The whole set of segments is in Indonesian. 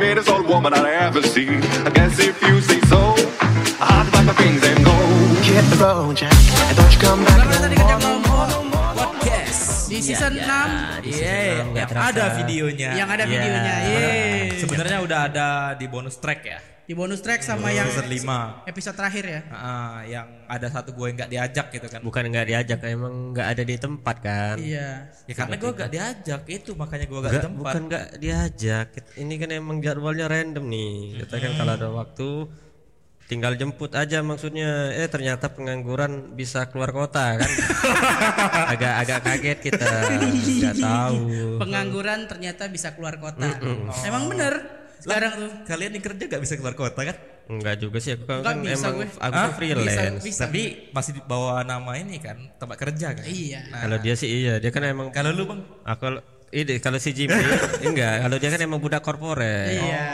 but I'd ever seen. I guess if you say so, I'll pack my things and go. Hit the road, Jack, and don't you come back Baru no tadi more. kata ngomong podcast di Iya, season iya. 6 Di season Yeay, enam, nggak yang terasa. ada videonya. Yang ada Iya. videonya, yeay. Sebenarnya udah ada di bonus track ya. di bonus track sama yang season 5. episode terakhir ya. Ah, yang ada satu gue yang nggak diajak gitu kan. Bukan nggak diajak, emang nggak ada di tempat kan? Iya. Ya karena gue nggak diajak itu makanya gue nggak di Nggak, tempat. bukan nggak diajak. Ini kan emang jadwalnya random nih. Kita kan kalau ada waktu tinggal jemput aja maksudnya. Eh ternyata pengangguran bisa keluar kota kan? Agak-agak kaget kita. Nggak tahu. Pengangguran ternyata bisa keluar kota. Oh. Emang bener sekarang tuh. Kalian yang kerja nggak bisa keluar kota kan? Enggak juga sih aku kan Nggak kan bisa emang gue. aku Hah? kan freelance. Bisa. Tapi masih di bawah nama ini kan tempat kerja kan. Iya. Kalau dia sih iya, dia kan emang Kalau lu bang aku ide kalau si Jimmy enggak, kalau dia kan emang budak korporat. Iya.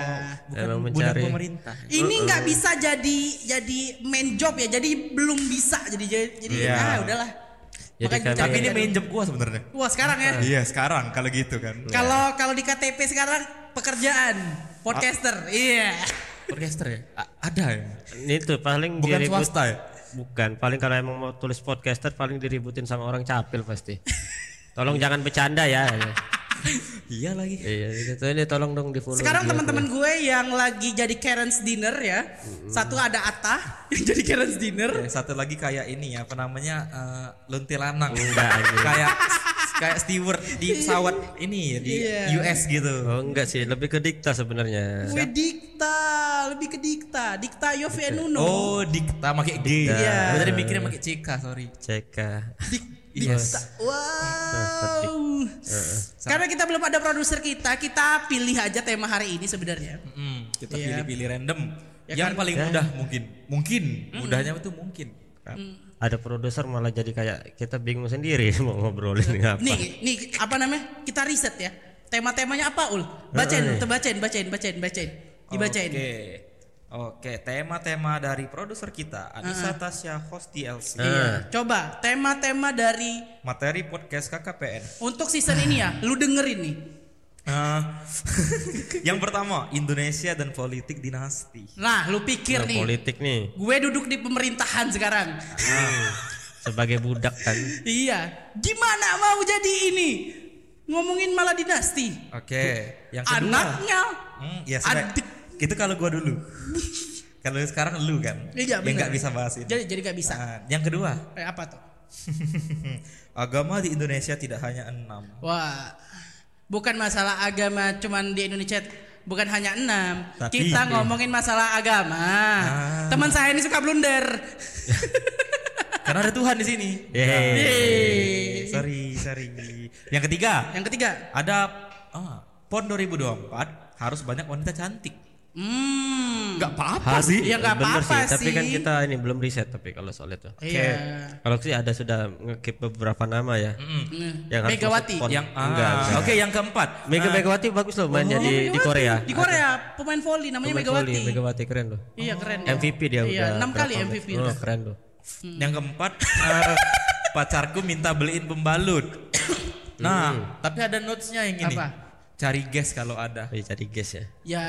bukan Emang budak mencari. pemerintah. Ini nggak bisa jadi jadi main job ya. Jadi belum bisa jadi jadi Iya. ah udahlah. Jadi kami- dicari- Tapi ini main job gue sebenarnya. Wah, sekarang ya. Iya sekarang kalau gitu kan. Kalau kalau di KTP sekarang pekerjaan podcaster. Iya. Podcaster ya? A- ada ya. Ini tuh paling Bukan diribut- swasta ya. Bukan, paling kalau emang mau tulis podcaster paling diributin sama orang capil pasti. Tolong jangan bercanda ya. Iya lagi. iya, gitu. ini tolong dong di follow. Sekarang dia. teman-teman gue yang lagi jadi Karen's dinner ya. Satu ada Atta yang jadi Karen's dinner. Ya, satu lagi kayak ini ya, apa namanya eh, luntilanang. Enggak, anjing. kayak kayak steward di pesawat ini ya di Iya. US gitu. Oh enggak sih, lebih ke dikta sebenarnya. Gue dikta, lebih ke dikta, dikta Yovenuno. Oh, dikta pakai G. Iya. Gue tadi mikirnya pakai CK, sorry. CK. Dik, Yes. dikta. Wow. Karena kita belum ada produser kita, kita pilih aja tema hari ini sebenarnya. Mm, kita Iya. pilih-pilih random. Ya yang kan? paling mudah mungkin. Mungkin mudahnya itu mungkin. Kan? Ada produser malah jadi kayak kita bingung sendiri mau ngobrolin apa. Nih, nih apa namanya? Kita riset ya. Tema-temanya apa, Ul? Bacain, tuh bacain, bacain, bacain, bacain. Dibacain. Oke. Oke, tema-tema dari produser kita Anissa Tasya host Iya. DLC. Nah, Coba tema-tema dari Materi podcast KKPN. untuk season ini ya. Lu dengerin nih. Eh, yang pertama, Indonesia dan politik dinasti. Nah, lu pikir nih. politik nih Gue duduk di pemerintahan sekarang. sebagai budak kan. iya. Gimana mau jadi ini? Ngomongin malah dinasti. Oke, yang kedua. Anaknya. Hmm, ya sudah. Adik. Itu kalau gua dulu. kalau sekarang lu kan. Iya, yang benar. nggak bisa bahas ini. Jadi jadi gak bisa. Ah, yang kedua, Eh, apa tuh? agama di Indonesia tidak hanya enam. Wah. Bukan masalah agama cuman di Indonesia bukan hanya enam. Tapi- Ah. Kita ngomongin masalah agama. Teman saya ini suka blunder. Karena ada Tuhan di sini. Nah, Yeay. Eh, Sorry, sorry. Yang ketiga, Yang ketiga. ada ah, PON 2024 harus banyak wanita cantik. Hmm. Nggak apa-apa Harus Ya, nggak bener apa-apa sih, tapi kan sih. kita ini belum riset tapi kalau soal itu. Iya. Kalau sih ada sudah ngekip beberapa nama ya. Nah, Yang harus Megawati. masuk pon. Yang ah, Enggak, enggak. Oke, yang keempat. Ah, Mega Megawati bagus loh mainnya Oh, di, di Megawati. Korea. Di Korea pemain volley namanya Pemain Iya, Megawati. volley, Megawati keren loh. Iya keren. ya. MVP dia Iya, udah. enam berapa kali match. MVP Oh, udah. keren loh. Yang keempat, eh, pacarku minta beliin pembalut. Nah, Hmm. tapi ada notesnya Iya, yang ini. Apa? Cari guys kalau ada. Tapi cari guys ya. Ya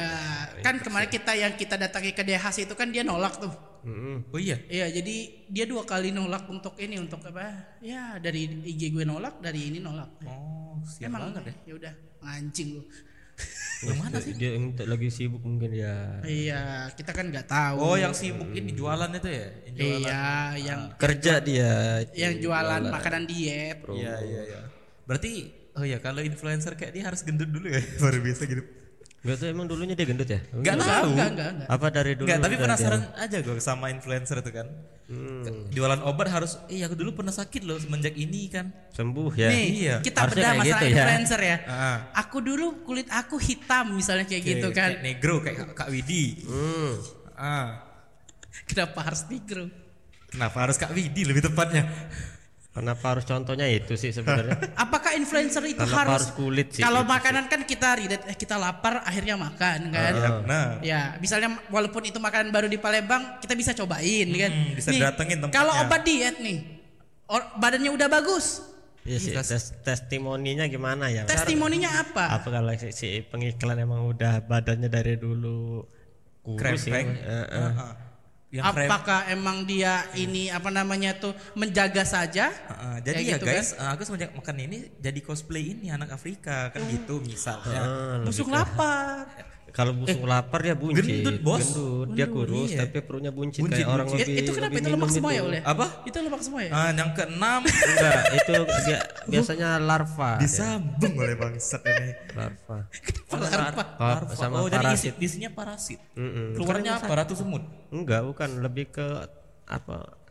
kan kemarin kita yang kita datangi ke DHC itu kan dia nolak tuh. Mm-mm. Oh iya. Iya jadi dia dua kali nolak untuk ini untuk apa? Ya dari IG gue nolak dari ini nolak. Oh, siap Emang banget ya ya. udah anjing lu. Yang mana sih? Dia yang t- lagi sibuk mungkin ya. Iya kita kan nggak tahu. Oh, yang sibuk ini Hmm. jualan itu ya? Yang jualan. Iya yang Kerja dia. yang jualan makanan diet. Iya, iya, iya. Berarti oh ya kalau influencer kayak dia harus gendut dulu ya baru bisa gitu. Gak tuh emang dulunya dia gendut ya? Enggak tahu. Enggak enggak enggak. Apa dari dulu? Enggak, tapi udah dia- penasaran aja gue sama influencer itu kan. Hmm. Jualan obat harus iya aku dulu pernah sakit loh semenjak ini kan. sembuh ya. Nih, Iya. kita Harusnya bedah kayak masalah gitu ya. influencer ya. Ah. Aku dulu kulit aku hitam misalnya kayak gitu Kayak- kan. Kayak negro kayak Kak- Kak Widi. Hmm. Ah. Kenapa harus negro? Kenapa harus Kak Widi lebih tepatnya? Kenapa harus contohnya itu sih sebenarnya? Apakah influencer itu Kenapa harus, harus kulit sih? Kalau Itu makanan kan kita relate, eh, kita lapar akhirnya makan kan. Iya, Ah. benar. Ya, misalnya walaupun itu makanan baru di Palembang, kita bisa cobain kan. bisa datengin Hmm, tempatnya. Kalau obat diet nih, or- badannya udah bagus, Iya sih, tes- testimoninya gimana ya? Testimoninya apa? Apa kalau si, si pengiklan emang udah badannya dari dulu kurus Krempeng. ya? Eh, eh. Heeh. Yang krem- Apakah emang dia ini apa namanya tuh menjaga saja? Heeh, jadi Kayak ya gitu guys, eh, aku semenjak makan ini jadi cosplay ini anak Afrika Oh. kan gitu misalnya. Ah, Busuk lapar. Kalau busuk lapar dia buncit. gendut, Bos. Gendut, dia Aduh, kurus iya. tapi perutnya buncit, Buncit, kayak orang buncit. lebih Eh, itu kenapa lebih itu lemak minum semua itu. ya oleh? gitu. Apa? Itu lemak semua ya? Ah, yang keenam Enggak, itu bia- biasanya larva. dia. disambung oleh bangsat ini. Larva. Larva. Larva sama oh, jadi isi, parasit. isinya parasit. Mm-mm. Keluarnya apa? Ratu semut. Enggak, bukan lebih ke apa?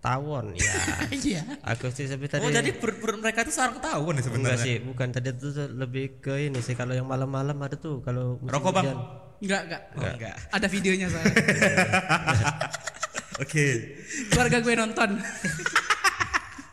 Tawon ya. Iya. Aku sih tapi tadi Oh, jadi perut-perut mereka itu sarang tahun ya enggak sebenarnya. sih, bukan tadi itu tuh lebih ke ini sih kalau yang malam-malam ada tuh kalau musim Rokok, Bang. hujan. Enggak, enggak. Oh, enggak. Ada videonya soalnya. Oke. Keluarga gue nonton.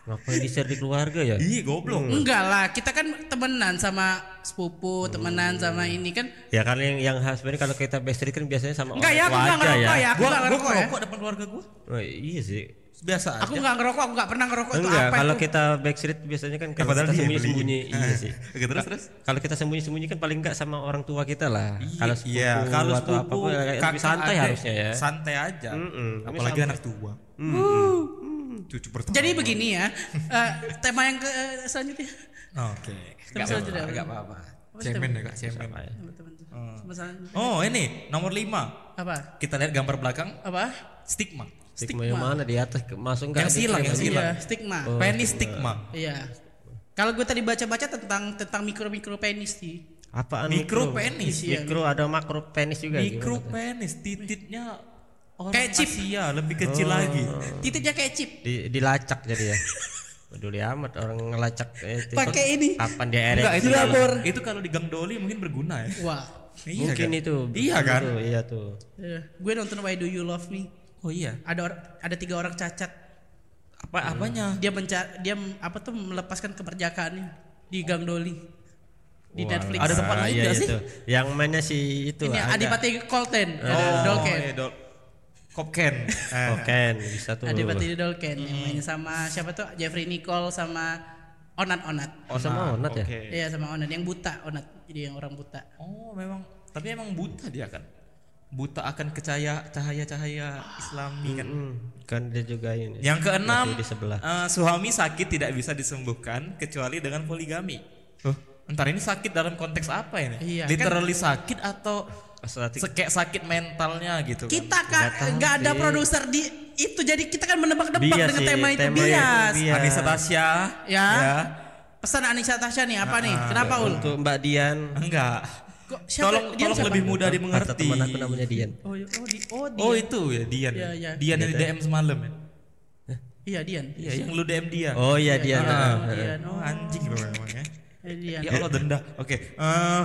Ngapain di share di keluarga ya? Ih, goblok. Enggak lah, kita kan temenan sama Hmm. sepupu, temenan sama ini kan. Ya kan yang yang khas sebenarnya kalau kita bestri kan biasanya sama Enggak ya, aku tua enggak aja ngerokok ya. Aku Gua enggak gua ngerokok ya. ngerokok depan keluarga gua. Oh, iya sih. Biasa Aku aja. enggak ngerokok, aku enggak pernah ngerokok itu Enggak, apa kalau itu? kita backstreet biasanya kan Ya, kalau kita dia yang Ah. sembunyi-sembunyi beliin. iya sih. Oke, terus terus. Kalau kita sembunyi-sembunyi kan paling enggak sama orang tua kita lah. Kalau sepupu Iya, kalau atau apa sepupu lebih santai adik, harusnya ya. Santai aja. Apalagi anak tua. Cucu pertama. Jadi begini ya. eh, tema yang ke eh, selanjutnya. Oke. Terus Enggak aja dah. apa-apa, enggak apa-apa. Cemen ya, Kak, cemen. Teman-teman. Sama selanjutnya. Oh, ini nomor 5. Apa? Kita lihat gambar belakang Apa? stigma. Stigma yang mana di atas ke- masuk gitu. enggak? Yang silang, yang Oh. silang. Iya, stigma. Penis stigma. Iya. Kalau gue tadi baca-baca tentang tentang mikro-mikro penis sih. Apaan Mikro mikro? penis. Iya. Mikro ada makro penis juga gitu. Mikro gimana tuh? penis titiknya orang Kayak chip. Asia, lebih kecil lagi. Titiknya kayak chip. Di, dilacak jadi ya. Peduli amat orang ngelacak eh, titik. Pakai ini. Kapan dia Iya. Enggak, ereksi? itu Dilabur. Itu kalau di Gang Doli mungkin berguna ya. Wah. Iya, Mungkin kan? itu. Iya kan? Tuh, iya tuh. Eh, gue nonton Why Do You Love Me. Oh iya. Ada or- ada tiga orang cacat. Hmm. Apa apanya? Dia menca dia m- apa tuh melepaskan keperjakaannya di Gang Doli. Di Wah, Netflix. Ada tempat ah, lain iya, nggak iya sih? tuh. Yang mainnya si itu Ini ada. Adipati Kolten. Oh, Dolken. iya, Dol- Kopken. Eh, Oken Oh, bisa tuh. Adipati Dolken yang Hmm. mainnya sama siapa tuh? Jeffrey Nicole sama Onat Onat. Oh sama Onat ya? Oke. Iya sama Onat yang buta Onat. Jadi yang orang buta. Oh, memang tapi emang buta dia kan. Buta akan kecaya cahaya-cahaya Ah, Islami kan. iya. Hmm, kan dia juga ini. Yang keenam, Masih di sebelah. eh, suami sakit tidak bisa disembuhkan kecuali dengan poligami. Entar ini sakit dalam konteks apa ini? Iya, Literally sakit atau Statik. sekek sakit mentalnya gitu kan? Kita kan nggak ada sih. produser di itu jadi kita kan menebak-nebak Bias dengan sih, tema itu temanya itu bias. bias. Iya. Anissa Tasya Ya. Pesan Anissa Tasya nih Ah, apa nih? Kenapa ul? Ah, Untuk Mbak Dian. Enggak. Kok siapa? Tolong Dian tolong siapa? lebih mudah Ada dimengerti. teman aku namanya Dian. Oh, iya, oh, di, oh, Dian. Oh itu ya Dian. Iya, iya. Dian yang di DM semalam ya. Iya Dian. Iya, yang lu DM dia. Oh iya Dian. Ah, Ah. Dian. Oh, Oh, anjing memang ya. eh, Dian. Ya Allah denda. Oke. eh,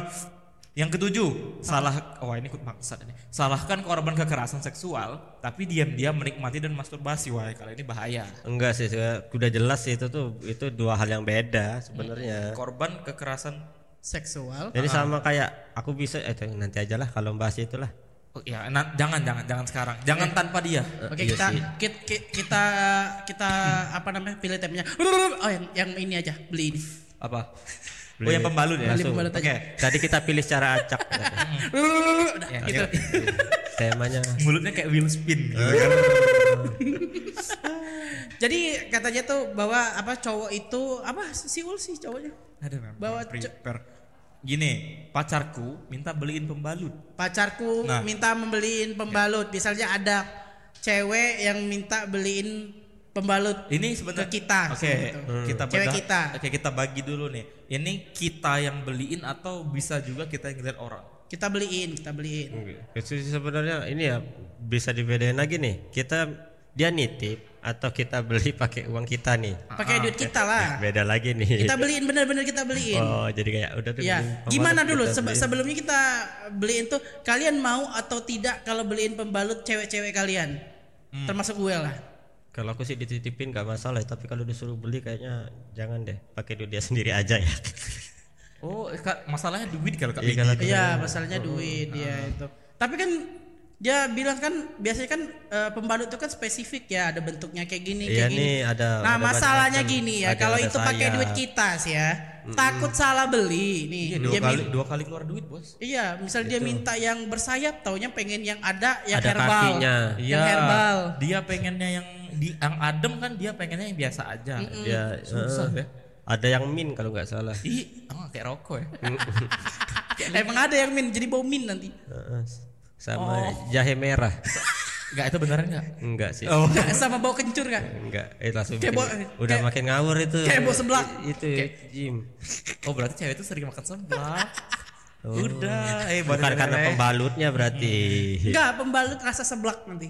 yang ketujuh, salah wah ini ikut maksud ini. Salahkan korban kekerasan seksual tapi diam-diam menikmati dan masturbasi. Wah, kalau ini bahaya. Enggak sih, saya- udah jelas sih itu tuh itu dua hal yang beda sebenarnya. Korban kekerasan Seksual. Eh, Jadi sama kayak aku bisa eh tuh, nanti aja lah kalau bahas itulah. Oh, ya, na- jangan jangan jangan sekarang. Jangan tanpa dia. Oke Iya kita, sih. kita kita kita apa namanya pilih temanya. Oh yang yang ini aja beli ini. Apa? Beli- oh, yang pembalut ya. Beli Langsung. pembalut aja. Oke, tadi kita pilih secara acak. Udah, Ya, gitu. Temanya Mulutnya kayak wheel spin. gitu. Jadi katanya tuh bahwa apa cowok itu apa si Ul sih cowoknya Ada memang. Bawa prepare. Gini, pacarku minta beliin pembalut. pacarku Nah. minta membeliin pembalut. Misalnya ada cewek yang minta beliin pembalut Ini sebenarnya ke kita. Oke, hmm. kita Cewek bedah- kita. Oke, kita bagi dulu nih. Ini kita yang beliin atau bisa juga kita yang ngeliat orang? Kita beliin, kita beliin. Itu sih sebenarnya ini ya bisa dibedain lagi nih. Kita dia nitip atau kita beli pakai uang kita nih. Pakai duit kita lah. Beda lagi nih. Kita beliin bener-bener kita beliin. Iya, Oh, jadi kayak udah tuh. Ya, beli gimana pembalut, dulu kita sebe- beli. sebelumnya kita beliin tuh kalian mau atau tidak kalau beliin pembalut cewek-cewek kalian? Hmm. Termasuk gue lah. Kalau aku sih dititipin gak masalah, ya, tapi kalau disuruh beli kayaknya jangan deh, pakai duit dia sendiri aja ya. Oh, eh, Kak, masalahnya duit kalau Kak Iya, Miki. kalau- ah. Iya, masalahnya duit ya itu. ya, Tapi kan Dia bilang kan biasanya kan eh, pembalut itu kan spesifik ya ada bentuknya kayak gini Iya kayak gini. nih, ada- nah ada masalahnya macam. gini ya Ada- kalau ada itu pakai sayap. duit kita sih ya takut salah beli nih. Iya, dua Dia kali min- dua kali keluar duit, Bos. iya, misal Gitu. dia minta yang bersayap taunya pengen yang ada yang Ada herbal. kakinya. Yang Iya. herbal. Ah, Dia pengennya yang di yang adem kan dia pengennya yang biasa aja. Mm, Ya, Susah eh, ya. Ada yang min kalau nggak salah. Ih, ah, kayak rokok ya. Ah, Emang ada yang min jadi bau min nanti. Heeh. Sama Oh. jahe merah. Enggak itu beneran enggak? Enggak sih. Oh. Sama bau kencur kan? Enggak, eh langsung Kayak bikin- bo- udah kayak- makin ngawur itu. kayak bau seblak. I- Itu Jim. Oh, berarti cewek itu sering makan seblak. Oh. Udah, eh Oh. Bukan badan- karena pembalutnya berarti. Iya. Enggak, pembalut rasa seblak nanti.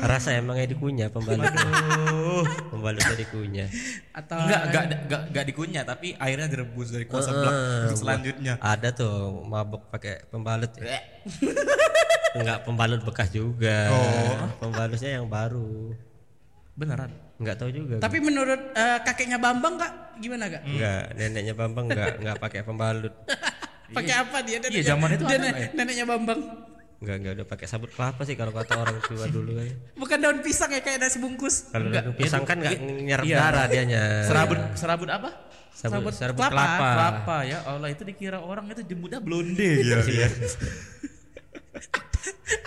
Rasa emangnya dikunyah pembalut. Pembalutnya dikunyah. Atau Enggak, enggak, enggak, enggak dikunyah tapi airnya direbus dari kuah seblak untuk selanjutnya. Ada tuh mabuk pakai pembalut. ya. Enggak pembalut bekas juga. Pembalutnya yang baru. Oh. Beneran. Enggak tahu juga. Tapi menurut eh, kakeknya Bambang kak gimana Iya. kak? enggak, neneknya Bambang enggak enggak pakai pembalut. Pakai apa dia? Iya, zaman itu dia ada nen- nggak ya? neneknya Bambang. Enggak enggak udah pakai sabut kelapa sih kalau kata orang tua dulu kan. Bukan daun pisang ya kayak nasi bungkus. Kalau Enggak, daun pisang itu- kan enggak nyerap iya. darah dianya. Serabut serabut apa? Eh, serabut Serabut, serabut kelapa. kelapa. Kelapa ya Allah itu dikira orang itu jembutnya blonde gitu ya.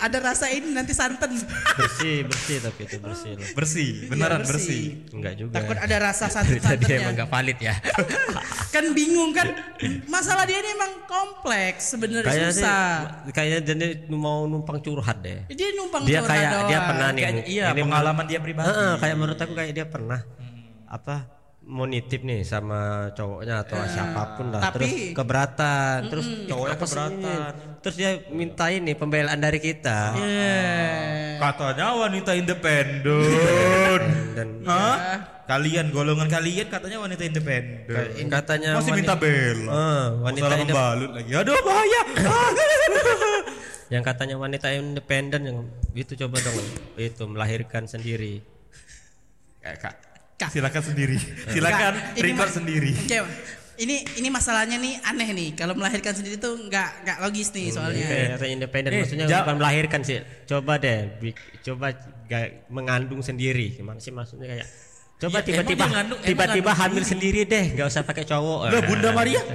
Ada rasa ini nanti santan. Iya. Bersih, bersih tapi itu bersih loh. Bersih, Iya, beneran bersih. bersih. Enggak juga. Takut ada rasa Jadi emang santan-santannya. enggak valid ya. Kan bingung kan? Masalah dia ini emang kompleks sebenarnya kayaknya sih, susah. kayaknya dia nih mau numpang curhat deh. Dia numpang Dia curhat kayak dia doang. pernah nih. Kayaknya iya, ini pengalaman dia pribadi. Heeh, kayak menurut aku kayak dia pernah apa mau nitip nih sama cowoknya atau siapapun lah tapi- terus keberatan terus cowoknya keberatan terus dia minta ini pembelaan dari kita Iya. Katanya wanita independen. dan Hah? iya. Kalian golongan kalian katanya wanita independen. katanya Masih wani- minta bela. Eh, wanita Masalah indep- pembalut lagi. Aduh bahaya. Ah. yang katanya wanita independen yang itu coba dong itu melahirkan sendiri Eh, Kak. Kak. Silakan sendiri. Silakan Enggak, ini record ma- sendiri. Oke, ini ini masalahnya nih aneh nih. Kalau melahirkan sendiri tuh nggak nggak logis nih Hmm, soalnya. Iya, Kayak katanya independen Eh, maksudnya jawab. bukan melahirkan sih. Coba deh bi- coba ga- mengandung sendiri. Gimana sih maksudnya kayak Coba Ya, tiba-tiba emang dia ngandung- emang tiba-tiba ngandung hamil sendiri deh, nggak usah pakai cowok. Lah, Nah, Bunda Maria? gitu.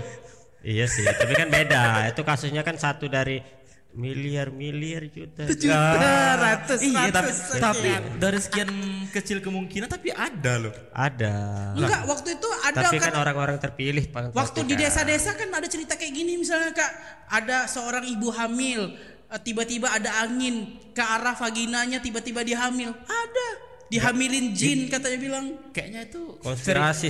Iya sih, tapi kan beda. Itu kasusnya kan satu dari miliar miliar juta. Juta, ratus, Iya, tapi, ratus, sekian. tapi dari sekian kecil kemungkinan tapi ada loh. Ada. Enggak, waktu itu ada tapi kan, kan orang-orang terpilih Pak. waktu di Pastikan. desa-desa kan ada cerita kayak gini misalnya Kak, ada seorang ibu hamil, eh, tiba-tiba ada angin ke arah vaginanya tiba-tiba dia hamil. Ada. Dihamilin jin katanya bilang. Kayaknya itu Konspirasi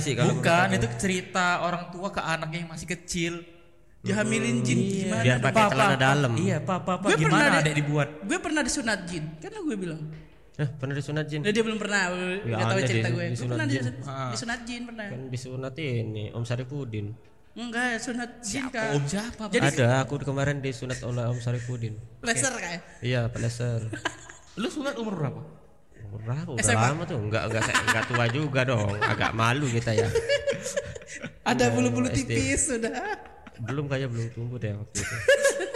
ceri- sih kalau bukan itu menurut cerita orang tua ke anaknya yang masih kecil. Mm-hmm. Dihamilin jin gimana? Biar pakai Papa, celana Papa. dalam. Iya, papa, papa Gue pernah gimana ada- adek dibuat? Gue pernah disunat jin, karena gue bilang. Eh, pernah disunat jin. Nah, dia belum pernah, Ya, nggak tahu ada cerita di- gue. Gue disunat pernah jin. disunat, disunat jin Iya. pernah. Kan disunat ini Om Saripudin. Enggak, sunat jin kak. Om siapa? Jadi ada, aku kemarin disunat oleh Om Saripudin. laser ya. kayak. Iya, peleser. Lu sunat umur berapa? Murah, udah SMA. lama tuh, enggak enggak se- enggak tua juga dong, agak malu kita ya. Ada bulu-bulu SD. tipis sudah. Belum kayak belum tumbuh deh waktu itu.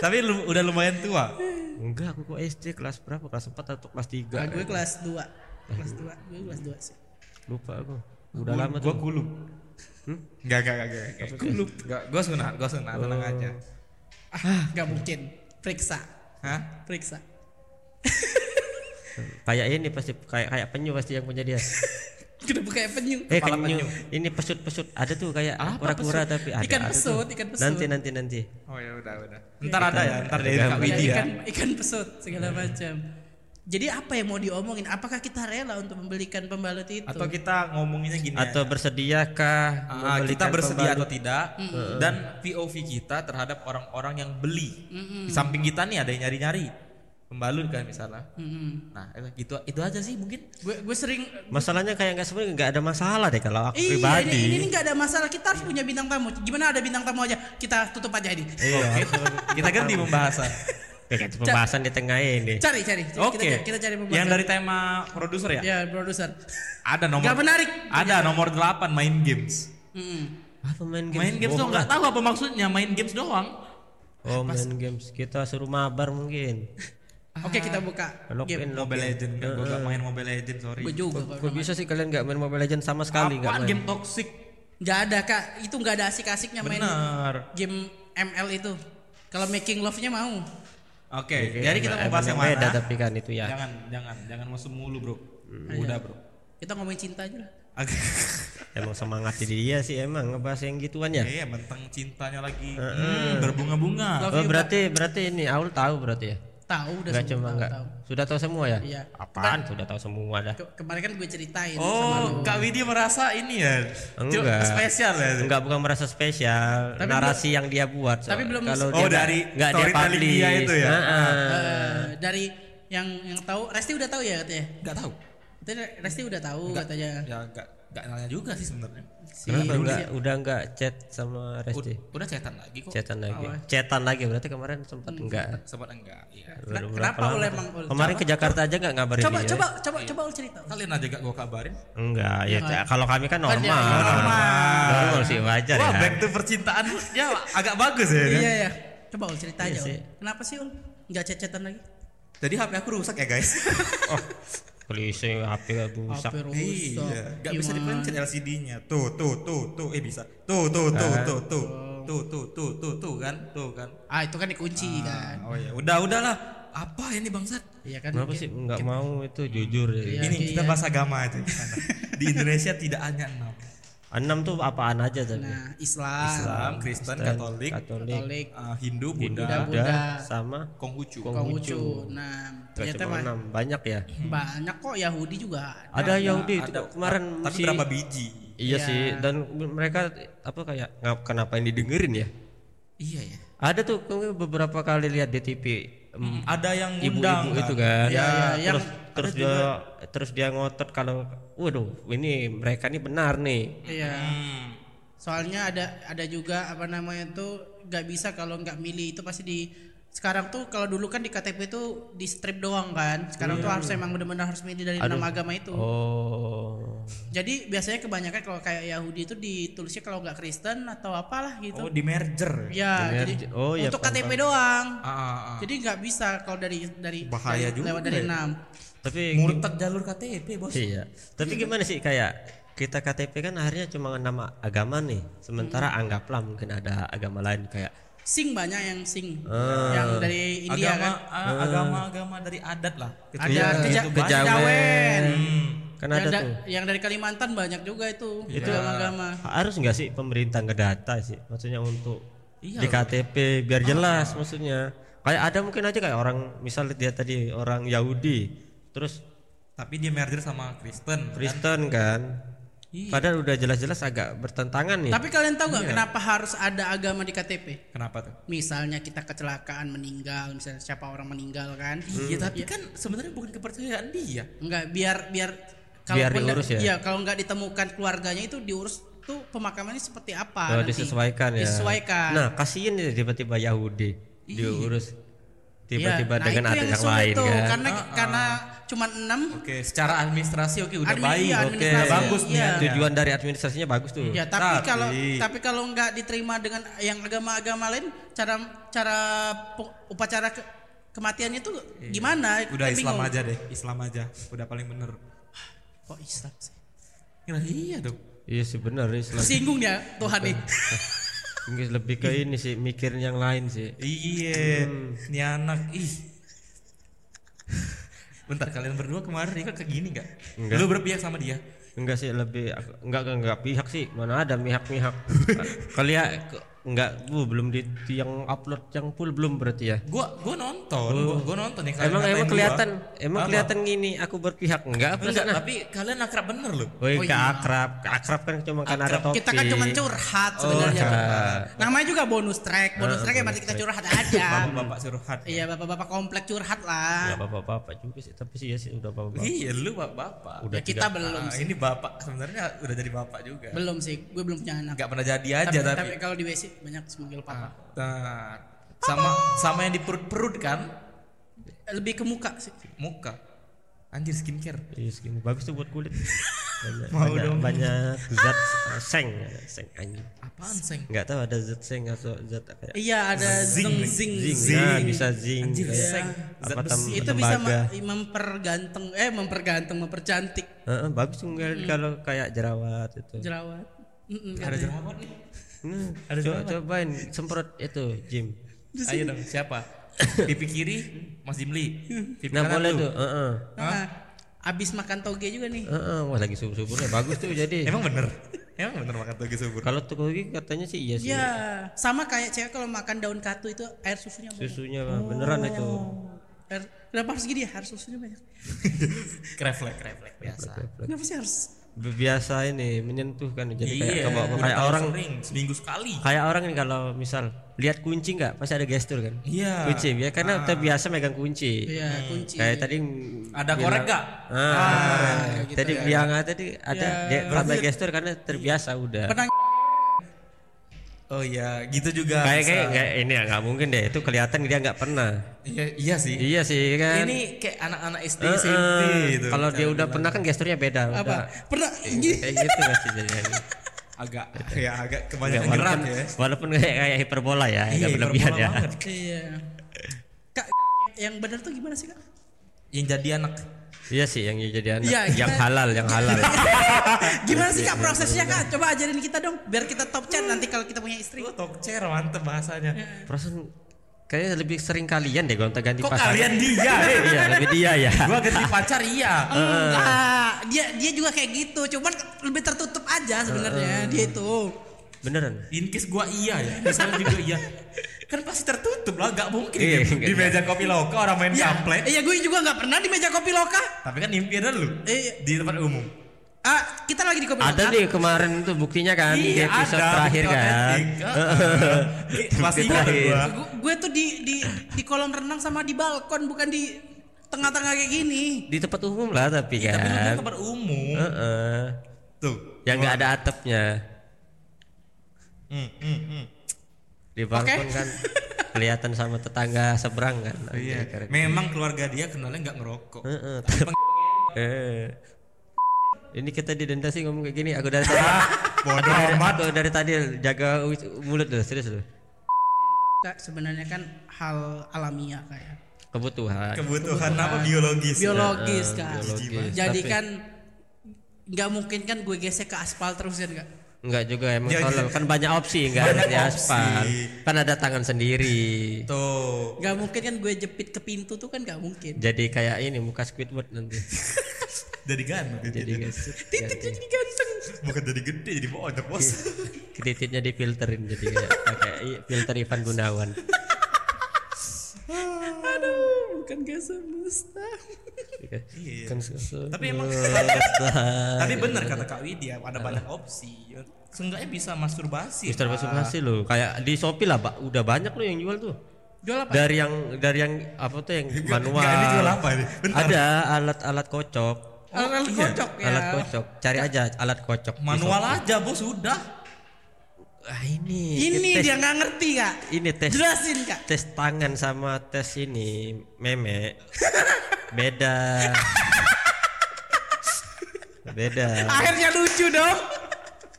Tapi lu- udah lumayan tua. Enggak, aku kok SD kelas berapa? Kelas 4 atau kelas 3? Nah, gue kelas 2. Kelas 2. Gue kelas 2 sih. Lupa aku. Udah lama gua tuh. Hmm? kulup. Enggak, enggak, enggak, enggak, enggak. Kulup. Enggak, gua sunat, gua sunat, tenang Oh. aja. Ah, enggak mungkin. Periksa. Hah? Periksa. Kayak ini pasti kayak kayak penyu pasti yang punya dia. Kenapa kayak penyu? Eh penyu. Ini pesut-pesut. Ada tuh kayak kura-kura tapi ada. Ikan ada tuh. pesut, ikan pesut. Iya, Nanti nanti nanti. Oh ya udah, udah. Ntar ada ya, ntar dari Ikan- Kak Ada Widi ya. ikan, ikan pesut segala macam. Jadi apa yang mau diomongin? Apakah kita rela untuk membelikan pembalut itu? Atau kita ngomonginnya iya. gini Atau aja. bersediakah Ah, kita membelikan bersedia pembalut? atau tidak dan POV kita terhadap orang-orang yang beli. Di samping kita nih ada yang nyari-nyari pembalut kan misalnya. Mm-mm. Nah, itu itu aja sih mungkin. Hmm. Gue gue sering Masalahnya kayak nggak sebenarnya nggak ada masalah deh kalau aku Iya, pribadi. ini, ini gak ada masalah. Kita harus punya bintang tamu. Gimana ada bintang tamu aja? Kita tutup aja ini. Iya. Kita ganti pembahasan. Ya, Kayak pembahasan di tengah ini. Cari, cari. Kita- Oke. Kita, cari pembahasan. Yang dari tema produser ya? ya produser. Ada nomor. Nggak menarik. Ada nomor 8 main games. Mm-mm. Apa main games? Main games tuh nggak tahu apa maksudnya, main games doang. Oh main games kita suruh mabar mungkin. Ah. Oke kita buka Log game. in, log Mobile in. Legend, gue gak main Mobile Legend, sorry. Gue juga. Kok bisa sih kalian nggak main Mobile Legends sama sekali nggak Apaan main? game toxic? Gak ada kak, itu gak ada asik-asiknya main Bener. game ML itu. Kalau making love-nya mau. Oke, Oke, jadi kita mau emang- bahas yang emang mana? Beda tapi kan itu ya. Hmm. Iya. Jangan, jangan, jangan masuk mulu bro. Udah bro. Kita ngomongin cinta aja lah. Agak, Emang semangat di dia sih emang ngebahas yang gituan ya. iya bentang cintanya lagi hmm, berbunga-bunga. Oh, berarti berarti ini Aul tahu berarti ya. Tahu udah Enggak semua cuma tahu, enggak. tahu. Sudah tahu semua ya? Iya. Apaan sudah tahu semua dah. Ke- kemarin kan gue ceritain sama lu. Oh, Kak Widya merasa ini ya, cu- Iya. Enggak. spesial ya. Enggak bukan merasa spesial, Tapi narasi yang dia tapi buat. soalnya. belum- kalau Oh, dari enggak dia storytelling publish. Nah, dia ah. itu ya? Heeh. Eh, dari yang yang tahu Resti udah tahu ya katanya. Enggak tahu. Tadi Resti udah tahu katanya. Ya enggak enggak nanya juga sih sebenarnya. Si Kenapa Rudi enggak ya. udah enggak chat sama Resti? Ud- Udah cetan lagi kok. Iya. Chatan Oh, lagi. Awas. Chatan lagi berarti kemarin sempat enggak. Sempat enggak. Iya. Udah Ken- Hmm. berapa kenapa lama? oleh emang oleh- Kemarin ke Jakarta aja enggak ngabarin Coba dia. coba coba coba lu cerita. Kalian aja gak gua kabarin. Enggak, ya ca- kalau kami kan normal. dia normal. Normal sih wajar Wah, ya. back to percintaan ya agak bagus ya. kan? Iya ya. Coba ul cerita aja. sih. Ul. Kenapa sih ul nggak cecetan lagi? Jadi HP aku rusak ya, guys. Oh, polisi HP rusak. HP rusak. iya, gak bisa Gimana? dipencet LCD-nya. Tuh, tuh, tuh, tuh, eh bisa. Tuh, tuh, tuh, tuh, tuh. Tuh, tuh, tuh, tuh, tuh kan, tuh kan. Ah itu kan dikunci kan. Oh ya, udah udahlah. Apa ini bangsat? Iya kan. Kenapa sih nggak mau itu jujur ya? Iya. ini kita bahas agama itu. Di Indonesia tidak hanya enam. Enam tuh apaan aja tapi. Nah Islam, Islam, Kristen, Dan Kan Katolik, Katolik, Katolik, eh, Hindu, Buddha, Buddha, Buddha. sama Konghucu. Konghucu. Nah Gak ternyata cuma mah- Nah, enam, banyak ya. banyak kok Yahudi juga. Ada Yahudi itu Ada kok kemarin Tapi si- berapa biji? Iya Iya. sih, dan mereka apa kayak ngap kenapa ini didengerin ya? Iya ya. Ada tuh kami beberapa kali lihat di TV em, Ada yang undang ibu-ibu itu kan. Ya, ya, Hmm. terus yang terus dia terus dia ngotot kalau waduh ini mereka ini benar nih. Iya. Soalnya ada ada juga apa namanya itu nggak bisa kalau nggak milih itu pasti di sekarang tuh kalau dulu kan di KTP itu di strip doang kan. Sekarang tuh harus emang benar-benar harus milih dari enam agama itu. Oh. Jadi biasanya kebanyakan kalau kayak Yahudi itu ditulisnya kalau nggak Kristen atau apalah Oh, kan. gitu. di merger. ya, Bener. jadi Oh, iya, untuk paham, KTP doang. Ah, ah, ah. Jadi nggak bisa kalau dari dari Bahaya dari- juga lewat dari ya. enam. Tapi murtad jalur KTP, Bos. Iya. Tapi gimana sih kayak kita KTP kan akhirnya cuma nama agama nih. Sementara anggaplah mungkin ada agama lain kayak Sing banyak yang sing Eh, yang dari India agama kan. a- agama agama dari adat lah Ada Iya, keja gitu, kejawen. Kejawen. Kan yang, ada da- tuh. Iya. yang dari Kalimantan banyak juga itu itu agama Harus nggak sih pemerintah ngedata sih? Maksudnya untuk Iya. di KTP Ah. biar jelas maksudnya. Kayak ada mungkin aja kayak orang misalnya dia tadi orang Yahudi terus tapi dia merger sama Kristen kan? Kristen kan. Padahal udah jelas-jelas agak bertentangan nih. Iya. tapi kalian tahu Iya. nggak kenapa harus ada agama di KTP kenapa tuh misalnya kita kecelakaan meninggal misalnya siapa orang meninggal kan Hmm. iya tapi kan sebenarnya bukan kepercayaan dia nggak biar biar Biar kalaupun- diurus ya? iya, kalau nggak ditemukan keluarganya itu diurus tuh pemakamannya seperti apa Oh, nanti. disesuaikan ya. disesuaikan Nah, kasihin ya tiba-tiba Yahudi diurus tiba-tiba Iya, nah, dengan itu adat yang yang, sulit lain tuh, kan. karena karena cuman enam oke secara administrasi oke udah Admin- iya, baik oke administrasi, bagus nih iya. ada. Tujuan dari administrasinya bagus tuh. Ya, tapi Tapi- kalau tapi kalau nggak diterima dengan yang agama-agama lain, cara cara pe- upacara ke- kematiannya itu Iya. gimana? udah Kita Islam bingung. aja deh Islam aja udah paling bener Kok Islam sih? Nah, iya dong Iya sih benar Islam. Tersinggung ya Tuhan nih. Mungkin lebih ke ini sih mikirin yang lain sih. iya Hmm. ini anak ih bentar kalian berdua kemarin nikah kayak gini nggak Enggak. lu berpihak sama dia Enggak sih lebih enggak enggak, enggak pihak sih. Mana ada mihak-mihak. Kalian enggak bu belum di di yang upload yang full belum berarti ya. gua gua nonton gua, gua nonton yang kalian Emang ngatain emang gua. kelihatan emang Apa? kelihatan gini aku berpihak enggak apa Enggak, sana? tapi kalian akrab bener loh Woi, Oh ke iya. akrab, ke akrab kan cuma kan ada Oh, topik. Kita kan cuma curhat sebenarnya. Namanya juga bonus track. Bonus Ah, track ya berarti kita curhat aja. bapak-bapak iya. suruh hat Iya, bapak-bapak komplek curhat Ya lah. bapak-bapak juga sih, tapi sih ya sih udah bapak-bapak. Iya lu bapak-bapak. Udah Ya, kita belum Ah, sih. ini bapak sebenarnya udah jadi bapak juga. Belum sih. Gue belum punya anak. Gak pernah jadi Tapi, aja tapi. tapi kalau di WC banyak semanggil papa. Nah, sama sama yang di perut-perut kan Lebih ke muka sih. muka. Anjir skincare. Iya segini bagus tuh buat kulit. Banyak, Mau banyak, dong. banyak zat eh, seng, seng anjing. Apaan seng? Nggak tahu ada zat seng atau zat kayak Iya ada Zing. zeng zing zinc, Zing. Iya. Nah, bisa zinc Anjir, kayak seng. Zat apa tem, besi. Itu bisa tembaga. ma- memperganteng eh memperganteng mempercantik Heeh, bagus juga Hmm. kalau kayak jerawat itu. jerawat. Mm-mm, gitu. Ada katanya. jerawat nih. Nah, Ada coba, jerawat. cobain semprot itu Jim. Ayo dong siapa? Pipi kiri Mas Jimli. Pipi Nah kanan boleh lu. tuh. Heeh. Ah, abis makan toge juga Oh, nih. Heeh, wah lagi subur-suburnya bagus tuh jadi. Emang bener? Emang bener makan gitu, toge subur? Kalau tuh katanya sih iya sih. Iya, sama kayak cewek kalau makan daun katu itu air susunya banyak. Susunya Bang, beneran itu. Oh. Air, kenapa harus gini? ya? Air susunya banyak. Reflek, reflek biasa. Kenapa sih harus Biasa ini menyentuh kan jadi kayak Iya, kebawa- udah kayak paling orang sering, seminggu sekali. kayak orang nih kalau misal lihat kunci nggak pasti ada gestur kan. Iya. Kunci ya karena kita biasa megang kunci. ya kunci? Kayak tadi Ada bilang- korek gak? Ah, gitu tadi ya. bilang ah, tadi ada ge- sampai gestur karena terbiasa udah. Pernah Oh iya, gitu juga. Kayak bisa. kayak nggak- ini ya nggak mungkin deh itu kelihatan dia nggak pernah. Iya, iya sih. Iya sih kan. Ini kayak anak-anak SD Eh, eh, SMP gitu. kalau dia udah pernah kan gesturnya beda. apa? udah. Pernah Eh, ini Kayak gitu nggak sih jadinya? agak ya agak Ya, kebanyakan gerak walaupun, ya. walaupun kayak kayak hiperbola ya, Iya, nggak berlebihan hiperbola ya. banget. Iya. Kak yang benar tuh gimana sih, Kak? Yang jadi anak. Iya sih yang jadi anak, Iya, yang kita- halal, yang halal. Ah. Gimana sih Iya, Kak prosesnya, Kak? Coba ajarin kita dong biar kita top chat nanti kalau kita punya istri. Lu Ah. tokcer mantep bahasanya. Perasaan kayaknya lebih sering kalian deh gonta ganti Kok pasangan. kalian dia? eh? Iya, lebih dia ya. Gua ganti pacar iya. Ah, dia dia juga kayak gitu, cuman lebih tertutup aja Ah. sebenarnya dia itu. Beneran. In case gua iya ya. Misalnya juga iya. Kan pasti tertutup lah, gak mungkin Iya, gitu. nggak- di meja kopi loka orang main Ya, samplek. iya gue juga nggak pernah di meja kopi loka. Tapi kan impian lu Iya. di tempat umum. Ah, kita lagi di kopi Ada loka. nih kemarin tuh buktinya kan di Iya, episode terakhir kan. Pasti Bukti ingat terakhir. gua. Gu- gue tuh di di di kolam renang sama di balkon bukan di tengah-tengah kayak gini. Di tempat umum lah tapi Tapi lu kan kan. tempat umum. Heeh. Tuh. Yang nggak ada atapnya. Hmm, hmm, hmm. Di balkon kan kelihatan sama tetangga seberang kan. Iya. Keren. Memang keluarga dia kenalnya nggak ngerokok. Heeh. Tapi peng- Eh. Ini kita didenda sih ngomong kayak gini. Aku dari tadi. Ah, aku, Bodoh dari, amat. aku dari tadi jaga u- mulut dulu serius dulu. Kak, sebenarnya kan hal alamiah ya. kayak Kebutuhan. Kebutuhan apa biologis? biologis Eh, kan. biologis. Jadi Tapi- kan nggak mungkin kan gue gesek ke aspal terus kan kak. Enggak juga emang Jadi- tolol. kan banyak opsi enggak harus Ya, Banyak di aspal. opsi. Kan ada tangan sendiri. Tuh. Nggak mungkin kan gue jepit ke pintu tuh kan nggak mungkin. Jadi kayak ini muka Squidward nanti. Jadi kan. Jadi guys. Titik ganti. jadi ganteng. Bukan jadi gede jadi bocor bos. Iya. Titiknya difilterin jadi kayak pakai i- filter Ivan Gunawan. Aduh, bukan gak semesta. Iya. Kan susah. Tapi emang- Susah. Tapi benar iya. kata Kak Widya ada banyak opsi. Seenggaknya bisa masturbasi. Mister Basubhasi lo kayak di Shopee lah, Pak. Udah banyak lo yang jual tuh. Jual apa? Dari yang dari yang apa tuh yang manual. Enggak ini jual apa ini? Bentar. Ada alat-alat kocok. Alat iya. kocok ya. Alat kocok. Cari aja alat kocok. di Manual Shopee. aja bos sudah. Ah, ini. Ini tes, dia nggak ngerti kak. ini tes Jelasin kak. tes tangan sama tes ini meme. Beda. beda. Akhirnya lucu dong.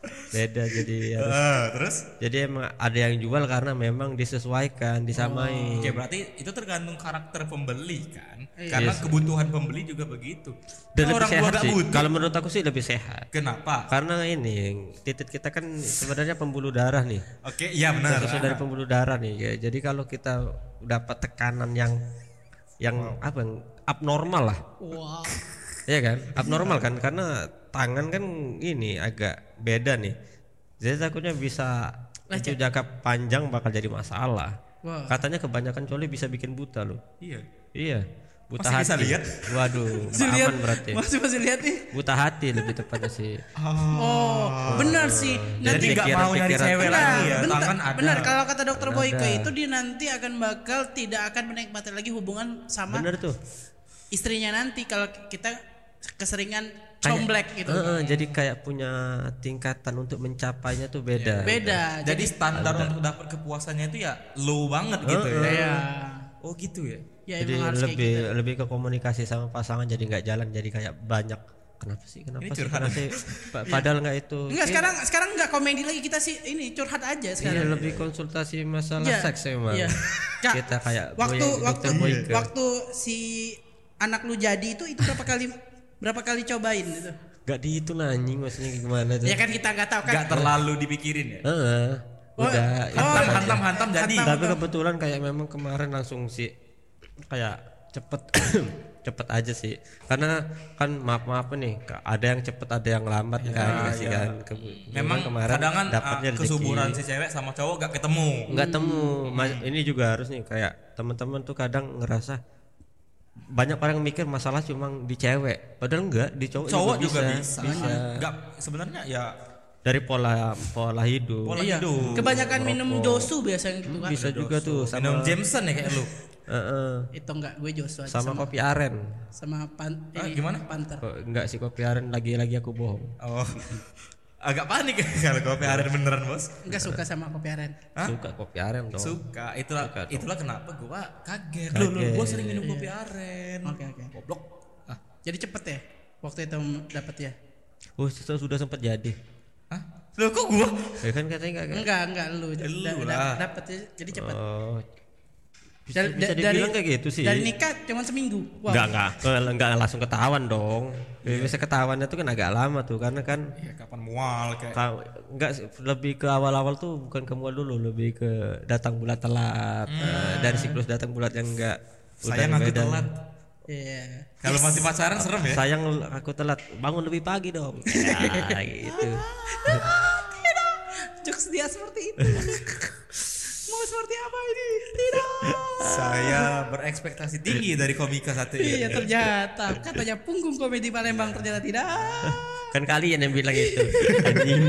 Beda jadi harus- Eh, terus? jadi emang ada yang jual karena memang disesuaikan, disamain. Ya berarti itu tergantung karakter pembeli kan. Karena kebutuhan pembeli juga begitu. Dan Kalau Kan lebih orang gua sehat gak sih. butuh. Kalau menurut aku sih lebih sehat. Kenapa? Karena ini titik kita kan sebenarnya pembuluh darah nih. Oke, iya benar. Tersusun dari pembuluh darah nih. Ya, Jadi kalau kita dapat tekanan yang yang apa yang abnormal lah. Wow. Iya kan? Abnormal kan karena tangan kan ini agak beda nih. Jadi takutnya bisa itu jangka panjang bakal jadi masalah. Wah. Katanya kebanyakan coli bisa bikin buta loh. Iya. Iya. Buta Masih bisa hati. lihat? Waduh, Masih aman berarti. Masih masih lihat nih. Buta hati lebih tepatnya sih. Oh, benar sih. Jadi Nanti nggak pikiran- mau nyari pikiran- cewek lagi ya. benar, Tangan ada. Iya, benar. Kalau kata dokter Boyke itu dia nanti akan bakal tidak akan menikmati lagi hubungan sama Bener tuh. istrinya nanti kalau kita keseringan comblek gitu. Eh, eh, jadi kayak punya tingkatan untuk mencapainya tuh beda. Iya, Beda. Jadi standar untuk dapat kepuasannya itu ya low banget gitu ya. ya, Oh gitu ya. ya Jadi emang harus kayak gitu. ya. lebih lebih ke komunikasi sama pasangan jadi nggak jalan jadi kayak banyak kenapa sih kenapa Ini sih, curhat. kenapa sih? Pa- padahal nggak itu Enggak Ini sekarang sekarang enggak komedi lagi kita sih ini curhat aja Iya sekarang. lebih konsultasi masalah Iya. seks emang. Iya. Kak, Kita kayak waktu boyang- waktu dokter boyke. waktu si anak lu jadi itu itu berapa kali berapa kali cobain gitu? itu? Gak dihitung anjing maksudnya gimana tuh? Ya kan kita nggak tahu kan. Gak terlalu dipikirin ya. Heeh. Oh, oh, udah. itu Hantam aja. hantam hantam jadi. Tapi kebetulan kayak memang kemarin langsung sih kayak cepet cepet aja sih. Karena kan maaf maaf nih, ka- ada yang cepet ada yang lambat Iya, kan dikasih kan. Ke- Memang kemarin kadang kan dapatnya ah, rezeki. kesuburan si cewek sama cowok gak ketemu. nggak temu Hmm. Ma- ini juga harus nih kayak teman-teman tuh kadang ngerasa banyak orang mikir masalah cuma di cewek padahal enggak di cowok, Cowok juga bisa. Gak sebenarnya ya dari pola pola hidup Pola- Iya. Aduh, gitu, Kebanyakan minum Josu biasanya gitu kan. bisa juga tuh sama minum Jameson ya kayak lu. Heeh, Itu enggak gue Josu aja sama, sama kopi aren sama pan eh, Ah, ini, gimana? Panter. Kok enggak sih kopi aren lagi-lagi aku bohong Oh. Agak panik ya kalau kopi aren beneran, Bos. Enggak suka sama kopi aren. Hah? suka kopi aren dong Suka. Itulah Suka dong. itulah kenapa gua kaget. Loh, loh, gua sering minum kopi aren. Oke, oke. Goblok. Ah. Jadi cepet ya waktu itu dapat ya. oh sudah, sudah sempat jadi Hah? Loh, kok gua? ya kan katanya enggak Enggak, enggak lu. Lu lah. dapat ya, jadi Iya. cepet. Eh, oh bisa, Dari- bisa dari- dibilang kayak gitu sih Dari nikah cuma seminggu. Wow. Enggak, enggak, enggak, enggak langsung ketahuan dong. Iya. Ya, Bisa ketahuannya tuh kan agak lama tuh karena kan Ya kapan mual kayak. ka- enggak sih, lebih ke awal-awal tuh bukan ke mual dulu, lebih ke datang bulan telat. Nah, dari siklus datang bulan yang enggak Hmm. Sayang udah aku beda. telat. Iya. Kalau masih pacaran serem ya. Sayang aku telat. Bangun lebih pagi dong. Ya, gitu. Jokes dia seperti itu. Mau seperti apa ini? Tidak. Saya berekspektasi tinggi dari komika satu Iya ini. ternyata katanya punggung komedi Palembang ternyata tidak. Kan kalian yang bilang itu. Anjing.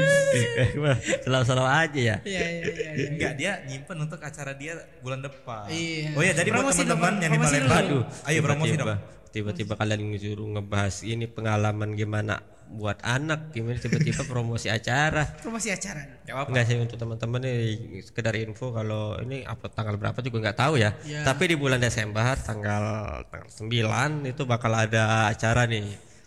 Selalu-selalu aja ya. Iya iya iya. iya. Enggak, dia nyimpen untuk acara dia bulan depan. Iya. Oh ya, jadi buat Promosi dong, teman-teman yang di promosi Iya, Palembang. Aduh, Ayo promosi tiba-tiba- dong. Tiba-tiba kalian disuruh ngebahas ini pengalaman gimana buat anak, gimana tiba-tiba promosi acara. Promosi acara. Gak apa-apa. Enggak sih untuk teman-teman nih sekedar info kalau ini upload tanggal berapa juga nggak tahu ya. Iya. Tapi di bulan Desember tanggal tanggal 9 itu bakal ada acara nih.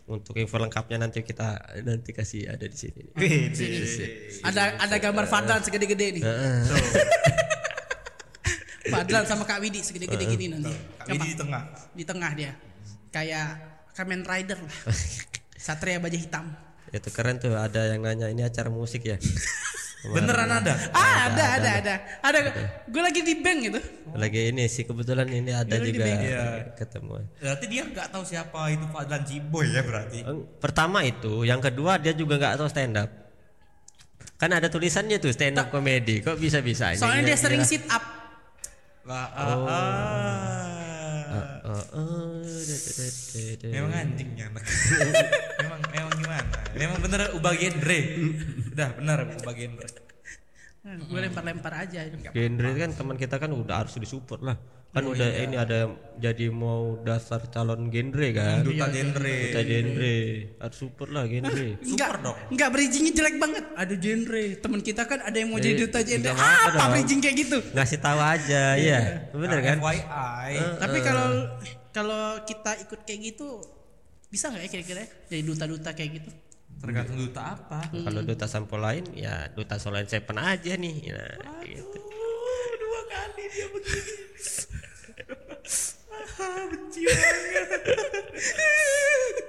Untuk info lengkapnya nanti kita nanti kasih ada di sini. iya, nih. Wih, Ada ada gambar Fadlan segede-gede nih. Fadlan sama Kak Widi segede-gede gini nanti. Kami di tengah. Di tengah dia. Kayak Kamen Rider lah. Satria baja hitam. Itu keren tuh ada yang nanya ini acara musik ya. Oh. Beneran ada. Ah, ada ada ada. Ada, gue lagi di bank gitu. Lagi ini sih kebetulan ini ada Ini di juga Bengkel. Iya. ketemu. Berarti dia nggak tahu siapa itu Fadlan Ciboy ya berarti. Eng, Pertama itu, yang kedua dia juga nggak tahu stand up. Kan ada tulisannya tuh stand up comedy. Kok bisa bisa Soalnya dia sering iya. sit up. Lah, ah, Oh. ah. Oh, iya. Memang anjingnya anak. memang memang gimana? Memang bener ubah genre. Udah bener ubah genre. Hmm, Gue lempar-lempar aja. Genre kan teman kita kan udah harus disupport lah. Kan udah ini ada jadi mau dasar calon genre Iya, kan. Duta genre. Kita genre harus support lah genre. Enggak, dong. enggak bridgingnya jelek banget. Ada genre. Temen kita kan ada yang mau jadi Jadi, duta genre. Iya, nggak apa-apa Apa dong. bridging kayak gitu? Ngasih tahu aja ya. Bener kan? FYI. Tapi kalau kalau kita ikut kayak gitu bisa nggak ya kira-kira jadi duta-duta kayak gitu? Tergantung duta apa. Hmm. Kalau duta sampo lain ya duta solo seven aja nih. Nah, gitu. Dua kali dia begini.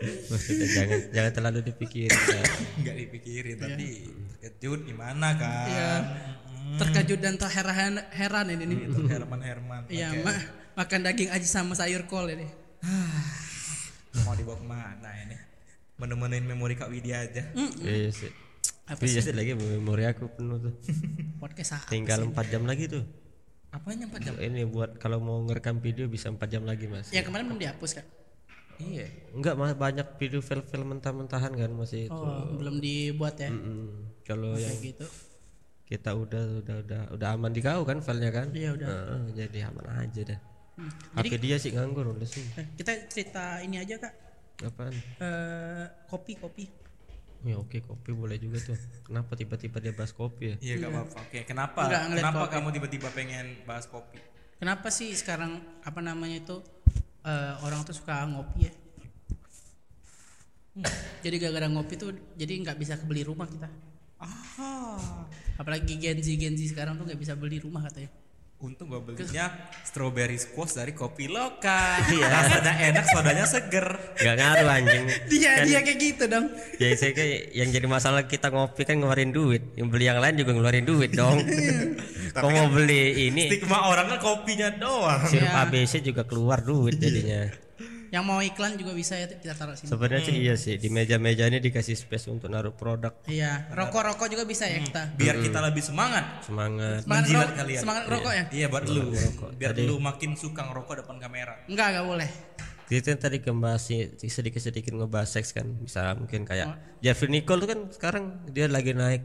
Maksudnya jangan jangan terlalu dipikirin. ya. Nggak dipikirin tapi terkejut gimana kan? Iya. Terkejut dan terheran heran ini nih. Itu Herman Herman. Iya, Hmm. Oke. ma- makan daging aja sama sayur kol ini. Mau dibawa kemana ini? Menemenin memori Kak Widya aja. Mm. Iya sih. Apa Iya sih lagi memori aku penuh tuh. Podcast saat. Tinggal 4 jam lagi tuh. Apanya Pak Iya. Jam? Ini buat kalau mau ngerekam video bisa 4 jam lagi, Mas. Yang kemarin belum dihapus kan? Ya. Iya. Enggak, Mas, banyak video film-film mentah-mentahan kan masih itu. Oh, belum dibuat ya. Mm, Kalau yang Kayak gitu. kita udah udah udah udah aman di kau kan filenya kan? Iya, udah. Heeh, jadi aman aja dah. Hmm. HP dia sih nganggur udah sih. Eh, Kita cerita ini aja kak. Apaan? Eh, kopi kopi. Ya oke kopi boleh juga tuh. Kenapa tiba-tiba dia bahas kopi ya? Iya gak apa-apa. Oke, kenapa? Nggak ngeliat kenapa kopi. kamu tiba-tiba pengen bahas kopi? Kenapa sih sekarang apa namanya itu eh, orang tuh suka ngopi ya? Jadi gara-gara ngopi tuh jadi nggak bisa kebeli rumah kita. Ah, Apalagi Gen Z Gen Z sekarang tuh nggak bisa beli rumah katanya. untung gua belinya strawberry squash dari kopi loka. Iya. Rasanya enak, sodanya seger. Gak ngaruh anjing. Dia Kan- dia kayak gitu dong. Ya saya kayak yang jadi masalah kita ngopi kan ngeluarin duit. Yang beli yang lain juga ngeluarin duit dong. Iya. kan Kau mau beli ini Stigma orang kan kopinya doang. sirup Iya. ABC juga keluar duit jadinya. Yang mau iklan juga bisa ya kita taruh sini. Sebenarnya sih iya sih di meja-meja ini dikasih space untuk naruh produk Iya, rokok-rokok juga bisa Hmm. ya kita. Biar kita lebih semangat. semangat. Semangat, Menjilat ro- kalian. semangat rokok ya? Iya buat lu. Biar Tadi- lu makin suka ngerokok depan kamera. Enggak, enggak boleh. Kita yang tadi ngebahas sedikit-sedikit ngebahas seks kan. Bisa mungkin kayak Jeffrey Nicole tuh kan sekarang dia lagi naik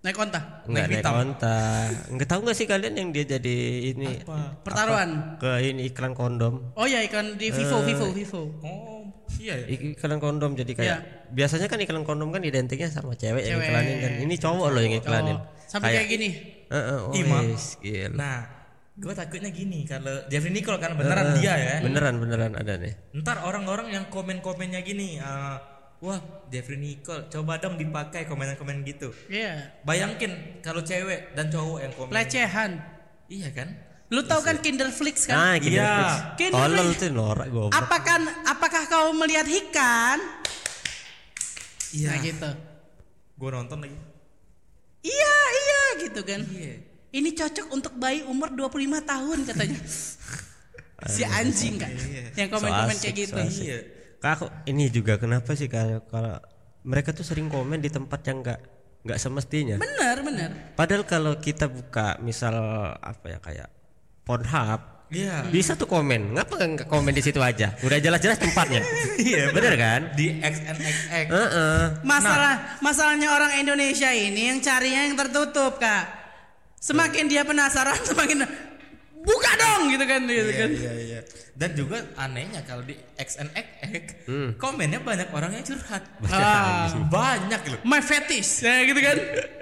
Naik konta. nggak naik kontak. Enggak tahu nggak sih kalian yang dia jadi ini Pertaruhan. ke ini iklan kondom. Oh ya iklan di Eh, Vivo, Vivo, Vivo. Oh, iya ya. iklan kondom jadi kayak biasanya kan iklan kondom kan identiknya sama cewek, yang Cewek. iklanin kan ini cowok loh yang iklanin Oh, sampai kayak gini. Heeh, oh, Ih, Mak. wes, gila. Nah, gue takutnya gini kalau Jeffrey Nicole kan beneran dia ya. beneran beneran ada nih Ntar orang-orang yang komen-komennya gini, eh, wah Jeffrey Nicole coba dong dipakai komen-komen gitu. Iya. Bayangin kalau cewek dan cowok yang komen. Pelecehan. Iya kan? Lu tahu kan Kinderflix kan? nah iya. gini Iya. Kayak tolol dulu- tuh norak goblok Apakah apakah kau melihat ikan? Iya gitu. Gue Nah, nonton lagi. Iya, iya gitu kan. Ini cocok untuk bayi umur 25 tahun katanya. si anjing kan. Yang komen-komen So kayak asik, gitu. so asik. Kak, aku- ini juga kenapa sih kalau kalau mereka tuh sering komen di tempat yang nggak nggak semestinya Bener, bener. padahal kalau kita buka misal apa ya kayak Pornhub Iya. Bisa tuh komen. Ngapa nggak nggak komen di situ aja? Udah jelas-jelas tempatnya. Iya, bener kan? Di XNXX. Heeh. Masalah masalahnya orang Indonesia ini yang carinya yang tertutup, Kak. Semakin dia penasaran semakin buka dong gitu kan gitu kan. Iya iya. Dan juga anehnya kalau di XNXX komennya banyak orang yang curhat. Ah. banyak loh. My fetish ya gitu kan.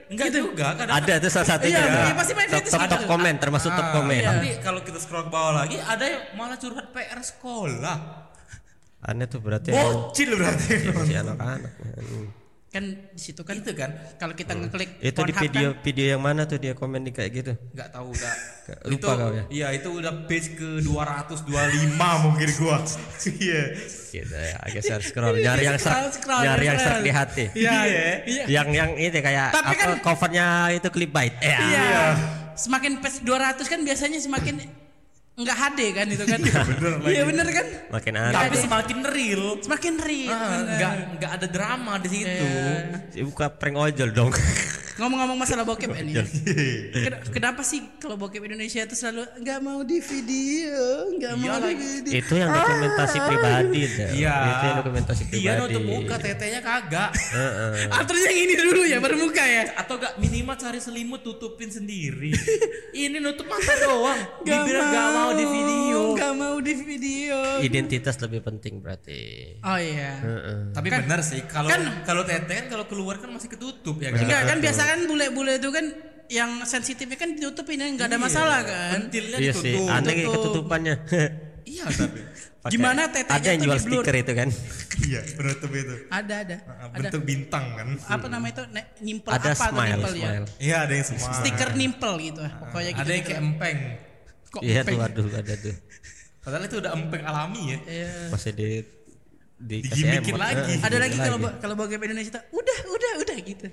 Enggak juga kadang Ada tuh salah satunya. Iya, juga. iya, pasti main top, fetish top, ada. top komen termasuk top Ah, komen. iya. Tapi kalau kita scroll ke bawah lagi ada yang malah curhat PR sekolah. Aneh tuh berarti emang Bocil berarti. si anak-anak. Hmm. Kan di situ kan Itu kan kalau kita ngeklik Itu di Pornhub video kan, video yang mana tuh dia komen di kayak gitu? nggak tahu udah Nggak, itu lupa kau ya? iya itu udah page ke 225 mungkin gua iya Gitu ya, agak share scroll. Nyari Scroll, yang serak, Iya, scroll, nyari yang scroll. serak di hati. Iya. Iya. Yang yang ini kayak Tapi apa kan- covernya itu clickbait. Eh, Iya. Semakin pes 200 kan biasanya semakin nggak HD kan itu kan. Iya bener Iya bener kan. Makin aneh. tapi semakin real Semakin real. Ah, bener. nggak nggak ada drama di situ Si Buka prank ojol dong. Ngomong-ngomong masalah bokep ini. Iya. Ken- Kenapa sih kalau bokep Indonesia itu selalu nggak mau di video, nggak mau Iya di lagi. video. Ah! itu yang dokumentasi pribadi. Del. Iya. Itu yang dokumentasi pribadi. Eh. dia Iya. nutup Iya, muka tetenya kagak Heeh. Ah, terus yang ini dulu ya baru muka ya. atau gak minimal cari selimut tutupin sendiri ini nutup mata doang dibilang gak mau di video Gak mau di video. identitas lebih penting berarti. Oh Eh. iya. tapi benar sih kalau kan- kalau tete kan kalau keluar kan masih ketutup ya kan Enggak kan biasa kan bule-bule itu kan yang sensitifnya kan ditutupin ya, Iya, nggak ada masalah kan. pentilnya Iya sih, ditutup aneh kayak tutup. ketutupannya. iya tapi Pakai- Gimana tetenya Ada yang tuh jual di blur? stiker itu kan? iya penutup itu Ada ada. Ah, Ada bentuk bintang kan apa namanya itu ne- nimpel Ada apa tuh smile, nimpel ya? smile. iya ada yang semua Stiker nimpel gitu lah. Pokoknya gitu. ah. ada yang kayak empeng Kok Iya peng- tuh, aduh ada tuh. padahal itu udah empeng alami ya Iya. Masih di Eh, di Digimikin Iya, lagi. Ada lagi kalau bo- kalau bokep Indonesia tuh udah udah udah gitu.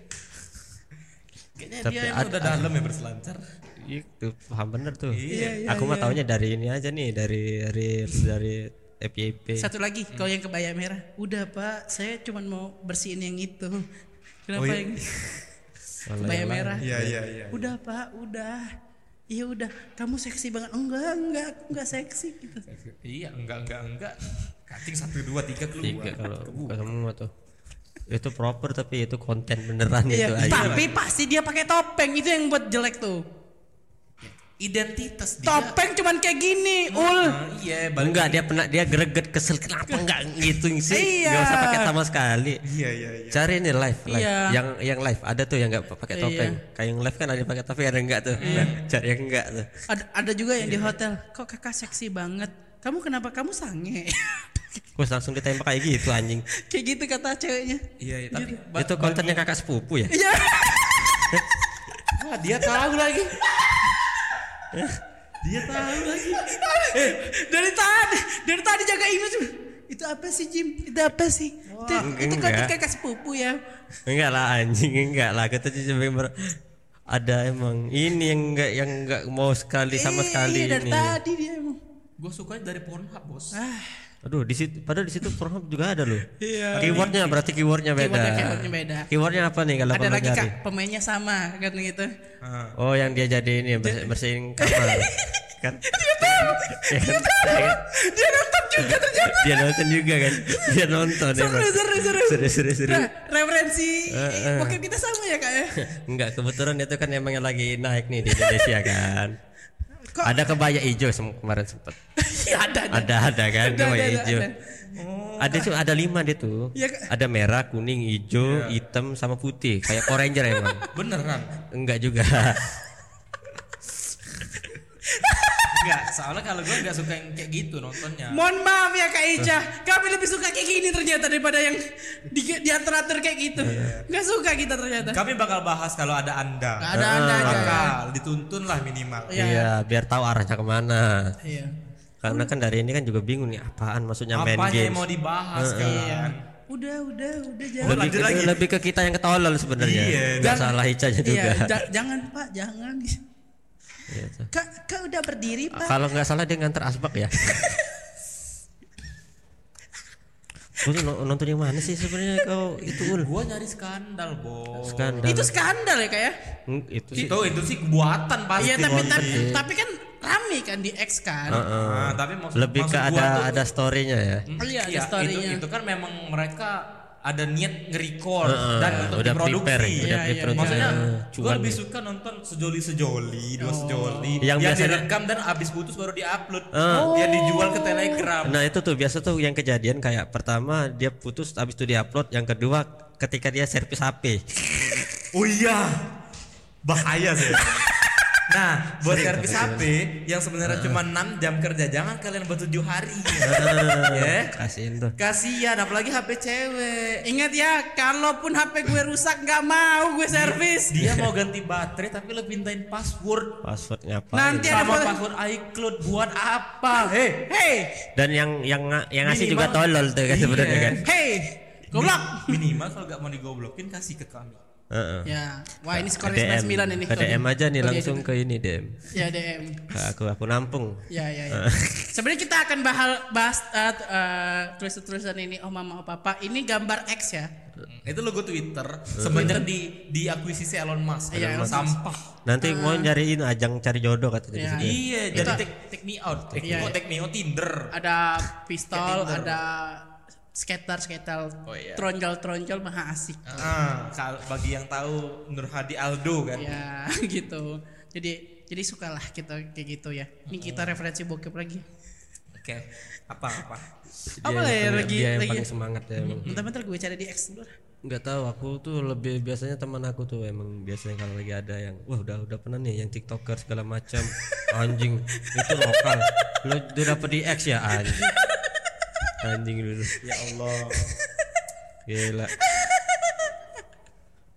kayaknya Tapi dia ada- emang udah dalam ya berselancar Itu Iya, paham bener tuh. Iya, iya, Aku mah taunya dari ini aja nih dari dari dari Iya. FYP. Satu lagi kalau yang kebaya merah, udah Pak, saya cuma mau bersihin yang itu. Kenapa Oh, iya. yang kebaya Malah yang lain. merah? iya iya iya Udah Pak, udah. Iya udah, kamu seksi banget. Enggak, enggak, aku enggak seksi gitu. iya enggak enggak enggak kating satu dua tiga keluar Tiga kalau buka semua tuh. Itu proper tapi itu konten beneran itu Iya, Gitu aja. tapi pasti dia pakai topeng itu yang buat jelek tuh. Iya. identitas dia Topeng cuman kayak gini, ul. Ah, iya balik Enggak, dia pernah dia greget kesel kenapa enggak gitu Iya. sih? Enggak usah pakai sama sekali. iya iya iya Cari nih live, live. Iya. Yang yang live ada tuh yang nggak pakai topeng. Kayak yang live kan ada yang pakai topeng ada yang enggak tuh. Iya. Nah, cari yang enggak tuh. Iya. Ada, ada juga yang di hotel. Kok kakak seksi banget? Kamu kenapa? Kamu sange. Terus langsung ditembak kayak gitu anjing. Kayak gitu kata ceweknya. Iya, iya, tapi ba- Itu kontennya kakak sepupu ya? Iya. iya. Wah, dia tahu lagi. dia tahu lagi. dari tadi, dari tadi jaga image. Itu apa sih Jim? Itu apa sih? itu itu enggak. konten kakak sepupu ya. Enggak lah anjing, enggak lah. Kita cuma ber- ada emang ini yang enggak yang enggak mau sekali Eh, sama sekali iya, dari ini. tadi dia emang. Gue suka dari Pornhub, Bos. Ah, Aduh, di situ padahal di situ Pornhub juga ada loh. Iya. Keywordnya berarti keywordnya beda. Keywordnya- keywordnya beda. Keywordnya apa nih kalau Ah, ada Paman lagi Gari? kak pemainnya sama kan gitu. Oh, yang dia jadi ini ya, bersih- bersihin kamar. kan? Dia tahu. Dia nonton juga ternyata. Dia nonton juga kan. Dia nonton Seru, emang. seru, seru. Seru seru seru. Nah, referensi Pokoknya kita sama ya kak ya. Enggak, kebetulan itu kan emang yang lagi naik nih di Indonesia kan. Kok- Ada kebaya hijau sem- kemarin sempet. Iya ada ada. Ada ada kan Ada, kebaya ada, ada, hijau. ada. Ada tuh ada lima dia tuh. Iya, Kak. Ada merah, kuning, hijau, hitam sama putih. Kayak Power Ranger emang. Beneran. Enggak juga. Enggak, soalnya kalau gue enggak suka yang kayak gitu nontonnya. Mohon maaf ya Kak Ica, kami lebih suka kayak gini ternyata daripada yang di, diatur-atur kayak gitu. Nggak suka kita ternyata. Kami bakal bahas kalau ada Anda. Nggak ada anda aja. Bakal dituntun lah minimal. Iya. Iya, biar tahu arahnya kemana. Iya. Karena kan dari ini kan juga bingung nih apaan maksudnya main Apanya yang game. mau dibahas Iya. kan? Udah, udah, udah jangan. Lebih, lanjut lagi. ke, lebih ke kita yang ketolol sebenarnya. Iya, Enggak jangan. salah Icanya juga. Iya, ja- jangan Pak, jangan. Iya, tuh. Kak, kak udah berdiri Pak. Kalau nggak salah dia nganter asbak ya. Lu tuh no- nonton yang mana sih sebenarnya kau itu ul Gua nyari skandal, Iya. Bos. skandal. Itu skandal ya Kak ya. Hmm, itu sih. Itu itu sih buatan pasti. Iya tapi, tapi tapi kan rame kan di X kan. Heeh. Nah, tapi maksud Lebih ke maksud gua ada tuh- ada storynya ya. Iya, ada Iya, itu, story-nya. itu kan memang mereka ada niat nge-record Heeh, dan untuk udah diproduksi. prepare, udah Iya, iya, prepare. Maksudnya gue cuan lebih nih. suka nonton sejoli sejoli, Oh. dua sejoli Yang yang, biasanya- direkam dan abis putus baru diupload, Eh. biar dijual ke Telegram. Nah itu tuh biasa tuh yang kejadian kayak pertama dia putus habis itu diupload, yang kedua ketika dia servis Eh. HP. Oh iya, bahaya sih. nah, buat servis HP yang sebenarnya cuma 6 jam kerja, jangan kalian buat 7 hari. ya. Eh, Kasihin tuh. Kasihan apalagi HP cewek. Ingat ya, kalaupun HP gue rusak nggak mau gue servis. Dia mau ganti baterai tapi lo pintain password. Passwordnya apa? Nanti ada Sama foto- password iCloud buat apa? Hei, Hey, Dan yang yang yang ngasih Minimal. juga tolol tuh kan sebenarnya Iya. kan. hey, goblok. minimal kalau gak mau digoblokin kasih ke kami. Heeh. Ya, wah ini skornya DM, 99 ini. ke DM aja Kalau nih dia langsung juga. ke ini DM. Ya DM. Ke aku aku nampung. Ya ya ya. Sebenarnya kita akan bahas, bahas eh, t- eh, tulis-tulisan ini oh mama oh papa. Ini gambar X ya. Hmm. Itu logo Twitter semenjak di diakuisisi Elon Musk. Iya, Elon Musk. sampah. Nanti Ah. mau nyariin ajang cari jodoh katanya di Iya. situ. Iya, Itu- jadi take, take me out. Ah. Take, Iya. oh, take me out Tinder. Ada pistol, Skater. ada skater skater Oh, iya. tronjol tronjol maha asik. Ah, kal- bagi yang tahu Nur Hadi Aldo kan. Ya gitu. Jadi jadi sukalah kita kayak gitu ya. Ini kita referensi bokep lagi. Oke. Apa apa? Dia Apa ya yang paling- lagi dia yang lagi. paling semangat ya emang. Bentar-bentar gue cari di X dulu. lah. Enggak tahu aku tuh lebih biasanya teman aku tuh emang biasanya kalau lagi ada yang wah udah udah pernah nih yang TikToker segala macam anjing itu lokal. Lu udah dapet di X ya anjing. Anjing dulu. Ya Allah. Gila.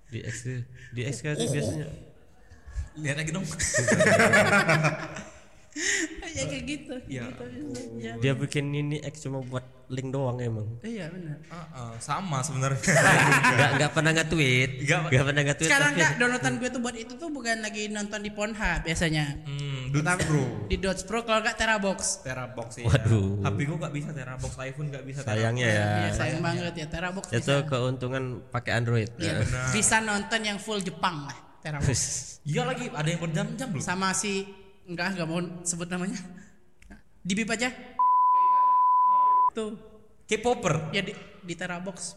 Di X tuh- di X kan tuh biasanya Lihat lagi dong. ya kayak gitu. gitu, ya. dia bikin ini X cuma buat link doang emang. Iya benar. Ah, ah, sama sebenarnya. Enggak enggak pernah nge-tweet. Nggak- Enggak pernah nge-tweet. Sekarang tapi- Hmm. kak downloadan gue tuh buat itu tuh bukan lagi nonton di Pornhub biasanya. hmm, Dudes Bro. Di Dodge Pro kalau nggak Terabox. Terabox ya. Waduh. HP gua gak bisa Terabox, iPhone gak bisa sayangnya ya. Iya sayang banget ya Terabox. Itu Ya. bisa. keuntungan pakai Android. Iya, bisa nonton yang full Jepang lah Terabox. Terus, Iya lagi ada yang berjam-jam loh. Sama si enggak nggak mau sebut namanya. Di bip aja. Tuh K-popper. ya di, di Terabox.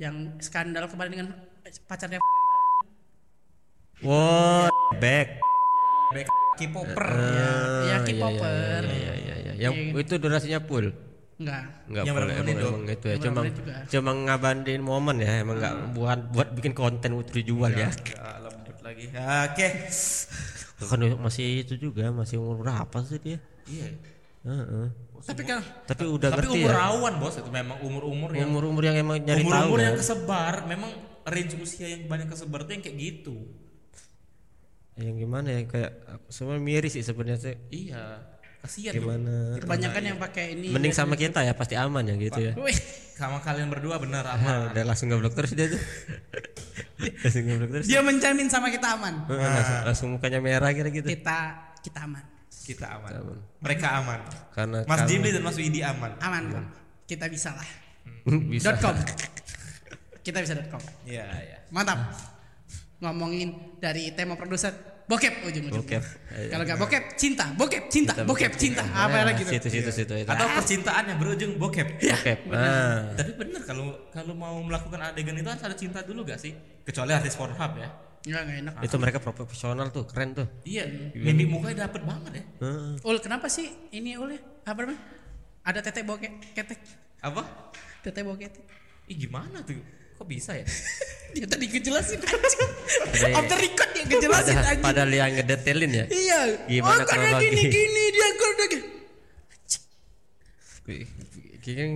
Yang skandal kemarin dengan pacarnya. wow, back. Mereka K-popper. ya Ah, K-popper. Iya iya iya, iya. Yang itu durasinya full. Enggak. Enggak Yang full berapa emang, menit Ah. dong? emang itu ya. Yang berapa Cuma menit juga? cuma ngabandin momen ya, emang enggak buat buat bikin konten untuk dijual ya. Ya, lembut lagi. Ya, Oke. Kan masih itu juga, masih umur berapa sih dia? Iya. Heeh. Tapi kan Tapi udah Tapi ngerti umur ya. rawan bos itu memang umur-umur yang Umur-umur yang emang nyari tahu. umur-umur yang kan? kesebar memang range usia yang banyak kesebar tuh yang kayak gitu. Yang gimana ya kayak semua miris sih sebenarnya sih. Iya. Kasihan tuh. Gimana? kebanyakan yang pakai ini. Mending sama kita ya pasti aman ya gitu ya. Wih, Sama kalian berdua bener aman. Nah, udah langsung ngeblok terus dia tuh. langsung ngeblok terus. dia menjamin sama kita aman. Heeh, langsung, langsung mukanya merah kira gitu. Kita kita aman. Kita aman. aman. Mereka aman. Karena Mas kamu- Jimli dan Mas Widi aman. Aman. Kita bisa lah. Iya. Hmm, bisa. Dot .com. kita bisa dot .com. Iya, iya. Mantap. Ngomongin dari tema produser bokep ujung-ujung. Bokep. gitu. Kalau nggak bokep cinta, bokep cinta, bokep iya, cinta. Apa ya, lagi tuh? Situ situ situ itu. Ah, Atau percintaan yang berujung bokep. Bokep. Nah, Tapi bener kalau kalau mau melakukan adegan itu harus ada cinta dulu gak sih? Kecuali artis Pornhub ya. Enggak, enggak enak. Ah, itu mereka profesional tuh, keren tuh. Iya, mimik mukanya dapet banget ya. Heeh. Ul, kenapa sih ini Ul ya? Apa namanya? Ada tetek bokek, ketek. Apa? Tetek bokek. ketek. Ih gimana tuh? Kok bisa ya? Dia tadi ngejelasin anjing. Ada- Off the record dia ngejelasin Padahal, anjing. padahal yang ngedetailin ya. Iya. Gimana oh, karena kronologi? gini gini dia karena gini. Kayaknya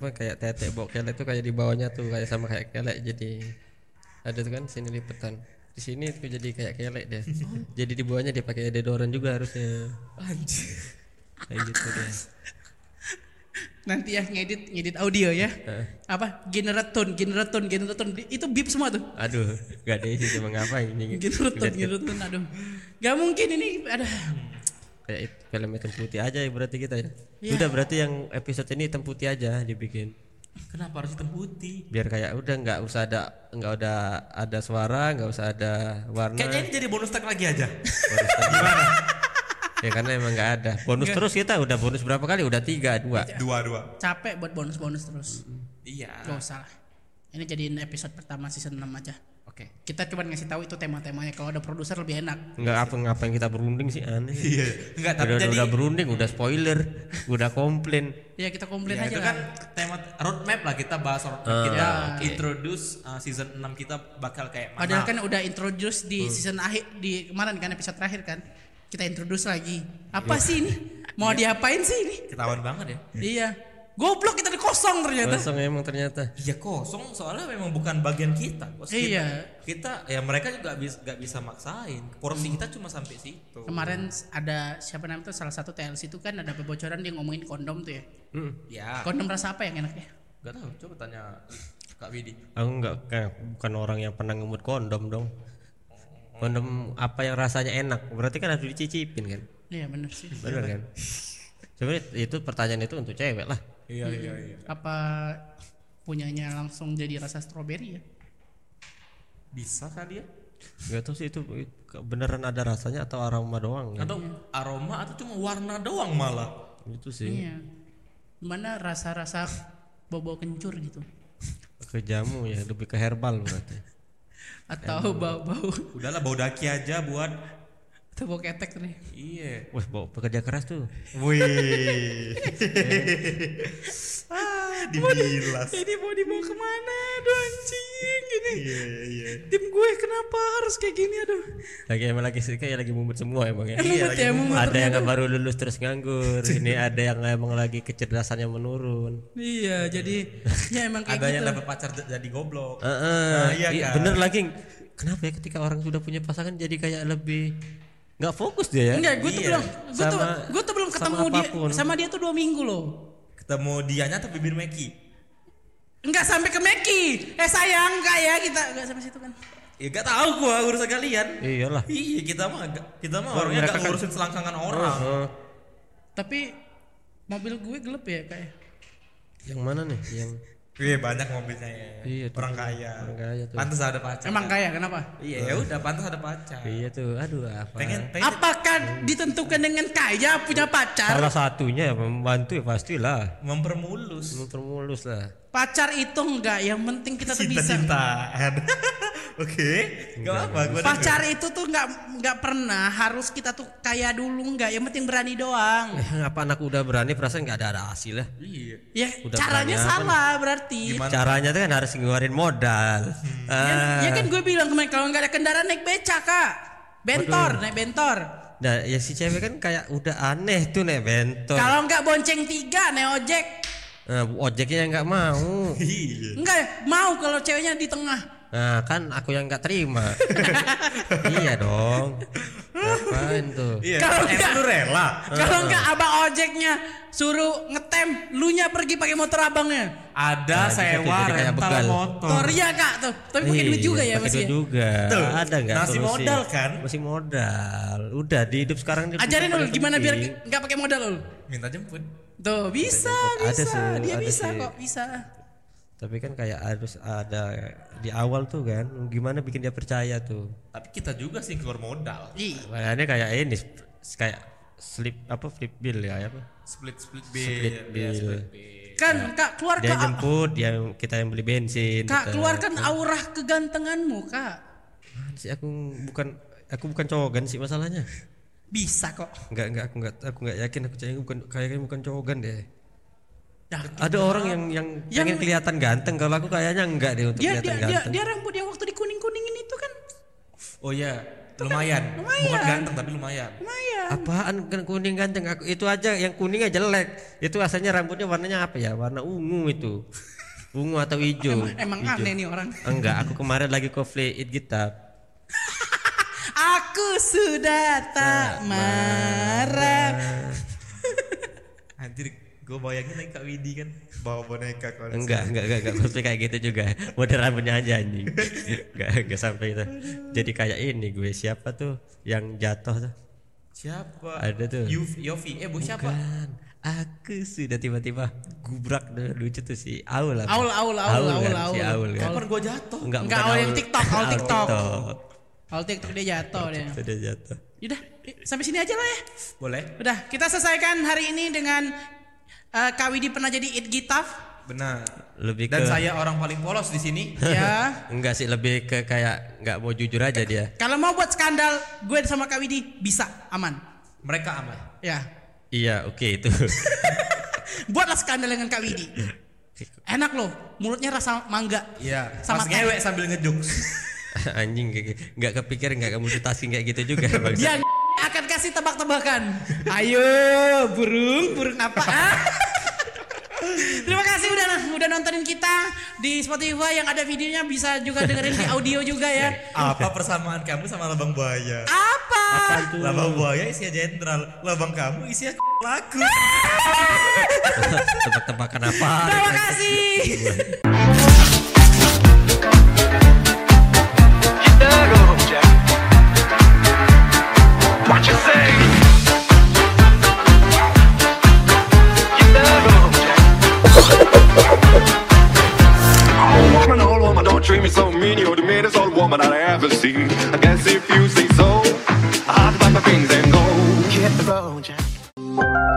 apa kayak tetek bok kelek tuh kayak di bawahnya tuh kayak sama kayak kelek jadi ada tuh kan sini lipetan di sini tuh jadi kayak kelek deh jadi di bawahnya dia pakai deodoran juga harusnya Anjir. kayak gitu deh Nanti ya ngedit ngedit audio ya. Heeh. Apa? Generaton, generaton, generaton. Di- Itu beep semua tuh. aduh gak ada isi cuma ngapain ini Generaton, Lihat generaton. Aduh. Gak mungkin ini ada. kayak it- film hitam putih aja ya berarti kita ya Iya. udah berarti yang episode ini hitam putih aja dibikin Kenapa harus hitam putih? biar kayak udah nggak usah ada nggak ada ada suara nggak usah ada warna Kayaknya ini jadi bonus tag lagi aja. Bonus tadi. ya karena emang nggak ada bonus terus kita udah bonus berapa kali udah tiga dua Dua dua. Capek buat bonus-bonus terus. Iya. Gak usah lah. Ini jadiin episode pertama season 6 aja. Oke. Kita cuma ngasih tahu itu tema-temanya. Kalau ada produser lebih enak. nggak apa ngapain kita berunding sih aneh Iya. Enggak tapi udah, jadi udah berunding udah spoiler udah komplain Ya kita komplain Ya, aja itu lah. kan tema roadmap lah kita bahas roadmap Ah, kita oke. introduce uh, season 6 kita bakal kayak mana. Padahal kan udah introduce di season akhir di kemarin kan episode terakhir kan. Kita introduce lagi. Apa sih ini? Mau diapain sih ini? ketahuan banget ya. iya. Goblok kita di kosong ternyata. kosong emang ternyata Iya kosong soalnya memang bukan bagian kita. Bos. Kita- Iya. Kita, ya mereka juga bisa gak bisa maksain. Porsi kita cuma sampai situ. Kemarin ada siapa namanya tuh salah satu TLC itu kan ada pebocoran dia ngomongin kondom tuh ya. Ya. Kondom rasa apa yang enak ya? Gak tahu coba tanya Kak Widi. aku nggak kayak bukan orang yang pernah ngemut kondom dong kondom apa yang rasanya enak berarti kan harus dicicipin kan Iya bener sih. benar kan sebenarnya itu pertanyaan itu untuk cewek lah Iya iya iya. Apa punyanya langsung jadi rasa stroberi ya? Bisa kali ya? nggak tahu sih itu beneran ada rasanya atau aroma doang kan? Atau aroma atau cuma warna doang malah. itu sih Iya. Mana rasa-rasa bobo kencur gitu ke jamu ya lebih ke herbal berarti atau bau-bau Udahlah bau daki aja buat atau bau ketek nih. iya. wah bawa pekerja keras tuh Wih. ah, dibilas. Ini mau dibawa kemana aduh anjing gini Iya iya. Tim gue kenapa harus kayak gini aduh lagi emang lagi sih kayak lagi mumet semua emang ya Iya, lagi ya, mumet. mumet ada yang baru lulus terus nganggur ini ada yang emang lagi kecerdasannya menurun Iya jadi ya emang kayak Ada yang gitu dapat pacar j- jadi goblok. Eh, eh, Nah, iya i- kan? bener lagi kenapa ya ketika orang sudah punya pasangan jadi kayak lebih nggak fokus dia ya Enggak gue tuh Iya. belum gue tuh Sama- gue tuh belum sama ketemu dia apapun. sama dia tuh dua minggu loh Ketemu dianya atau bibir Meki? Enggak sampai ke Meki Eh sayang enggak ya kita enggak sampai situ kan Ya gak tahu gua urusan kalian. iyalah Iya kita mah agak- kita mah Orang orangnya mereka gak kan- ngurusin selangkangan orang. Heeh. Tapi mobil gue gelap ya kayak yang mana nih yang Iya banyak mobilnya ya. Iya, tuh. orang kaya. Orang kaya tuh. Pantas ada pacar. Emang kaya kenapa? Iya ya udah pantas ada pacar. iya tuh aduh apa Pengen pengen Apakah ditentukan dengan kaya punya pacar? salah satunya ya, membantu ya pastilah mempermulus. mempermulus lah Pacar itu enggak, yang penting kita tuh bisa. Cinta-cintaan. Oke, gak apa-apa. gua Pacar itu tuh nggak nggak pernah harus kita tuh kaya dulu nggak, yang penting berani doang. Eh, apa anak udah berani perasaan nggak ada, ada hasil ya dengerin. Iya. Ya Udah caranya berani apa salah berarti. caranya tuh kan harus ngeluarin modal Ya, Hmm. Ah, Iya, ya kan gue bilang kemarin kalau nggak ada kendaraan naik beca kak, bentor naik bentor. Nah, ya si cewek kan kayak udah aneh tuh nek bentol. Kalau nggak bonceng tiga nih ojek. Nah, ojeknya yang nggak mau. Iya. Enggak mau kalau ceweknya di tengah. Nah, kan aku yang nggak terima. iya dong. Ngapain tuh? Iya. Kalau emang enggak- lu rela. Eh. Kalau nggak abang ojeknya suruh ngetem, lu nya pergi pakai motor abangnya. Ada bisa sewa jadi kayak rental bekal. motor. Toria kak tuh, tapi pakai duit Iya, juga ya Oh. pakai masih. duit juga. Tuh, Ada nggak? masih solusi? modal kan? Masih modal. Udah di hidup sekarang ini Ajarin paling lu gimana biar penting. nggak pakai modal lu. Minta jemput. Tuh bisa, Ada bisa, sih, dia ada bisa sih. kok bisa. Tapi kan kayak harus ada di awal tuh kan. Gimana bikin dia percaya tuh? Tapi kita juga sih keluar modal. Iya. Ih, Makanya kayak ini kayak slip apa flip bill ya apa? Split split Iya, Split bill. bill. kan kak keluar Dia kak, jemput, dia kita yang beli bensin. kak kita- keluarkan aura kegantenganmu kak. sih aku bukan aku bukan cowokan sih masalahnya Bisa kok. nggak nggak aku nggak aku nggak yakin aku kayaknya bukan kayaknya bukan cowokan deh Dah, ada orang yang yang, Nah, Yang- pengen kelihatan ganteng kalau aku kayaknya enggak deh untuk dia dia, kelihatan dia ganteng dia rambut dia waktu dikuning kuningin itu kan Oh iya, kan lumayan. lumayan. Bukan ganteng tapi lumayan. lumayan. apaan kan kuning ganteng aku itu aja yang kuningnya jelek itu asalnya rambutnya warnanya apa ya warna ungu itu ungu atau hijau Emang aneh nih orang. enggak aku kemarin lagi ke play it gitar Aku sudah tak marah. Anjir, gue bayangin lagi Kak Widi kan bawa boneka kalau enggak enggak enggak enggak pasti kayak gitu juga model rambutnya aja anjing enggak enggak sampai itu jadi kayak ini gue siapa tuh yang jatuh tuh Siapa? Ada tuh. Yuf- Yofi. Eh, bu siapa? Bukan. Aku sudah tiba-tiba gubrak deh, lucu tuh si Aul apa? Aul, Aul, Aul, Aul, kan, Aul. si Aul kan. Kapan gue jatuh? Enggak, Enggak, bukan Aul yang TikTok, Aul TikTok. TikTok. Kalau TikTok dia jatuh dia. Sudah jatuh. Yaudah, eh, sampai sini aja lah ya. Boleh? Udah, kita selesaikan hari ini dengan eh, Kak Widi pernah jadi It Gitaf. Benar. Lebih Dan ke saya orang paling polos di sini. ya. enggak sih lebih ke kayak enggak mau jujur aja dia. Kalau mau buat skandal, gue sama Kak Widi bisa aman. Mereka aman. Ya. Iya, oke itu. Buatlah skandal dengan Kak Widi. Enak loh, mulutnya rasa mangga. Iya. Sama Pas teh. ngewek sambil ngejuk. Anjing kayak- enggak kepikiran enggak kamu multitasking kayak gitu juga. Bang. Dia akan kasih tebak-tebakan. Ayo, burung, burung apa? Ah? Terima kasih udah udah nontonin kita di Spotify yang ada videonya bisa juga dengerin di audio juga ya. Apa persamaan kamu sama Labang Buaya? Apa? Labang Buaya isinya jenderal. Labang kamu isinya laku. Tebak-tebakan apa? Terima kasih. What you say? You better go home, Jack. Oh, woman, oh, woman, don't treat me so mean. You're the meanest old woman I've ever seen. I guess if you say so, I'll bite my things and go. Hit the road, Jack.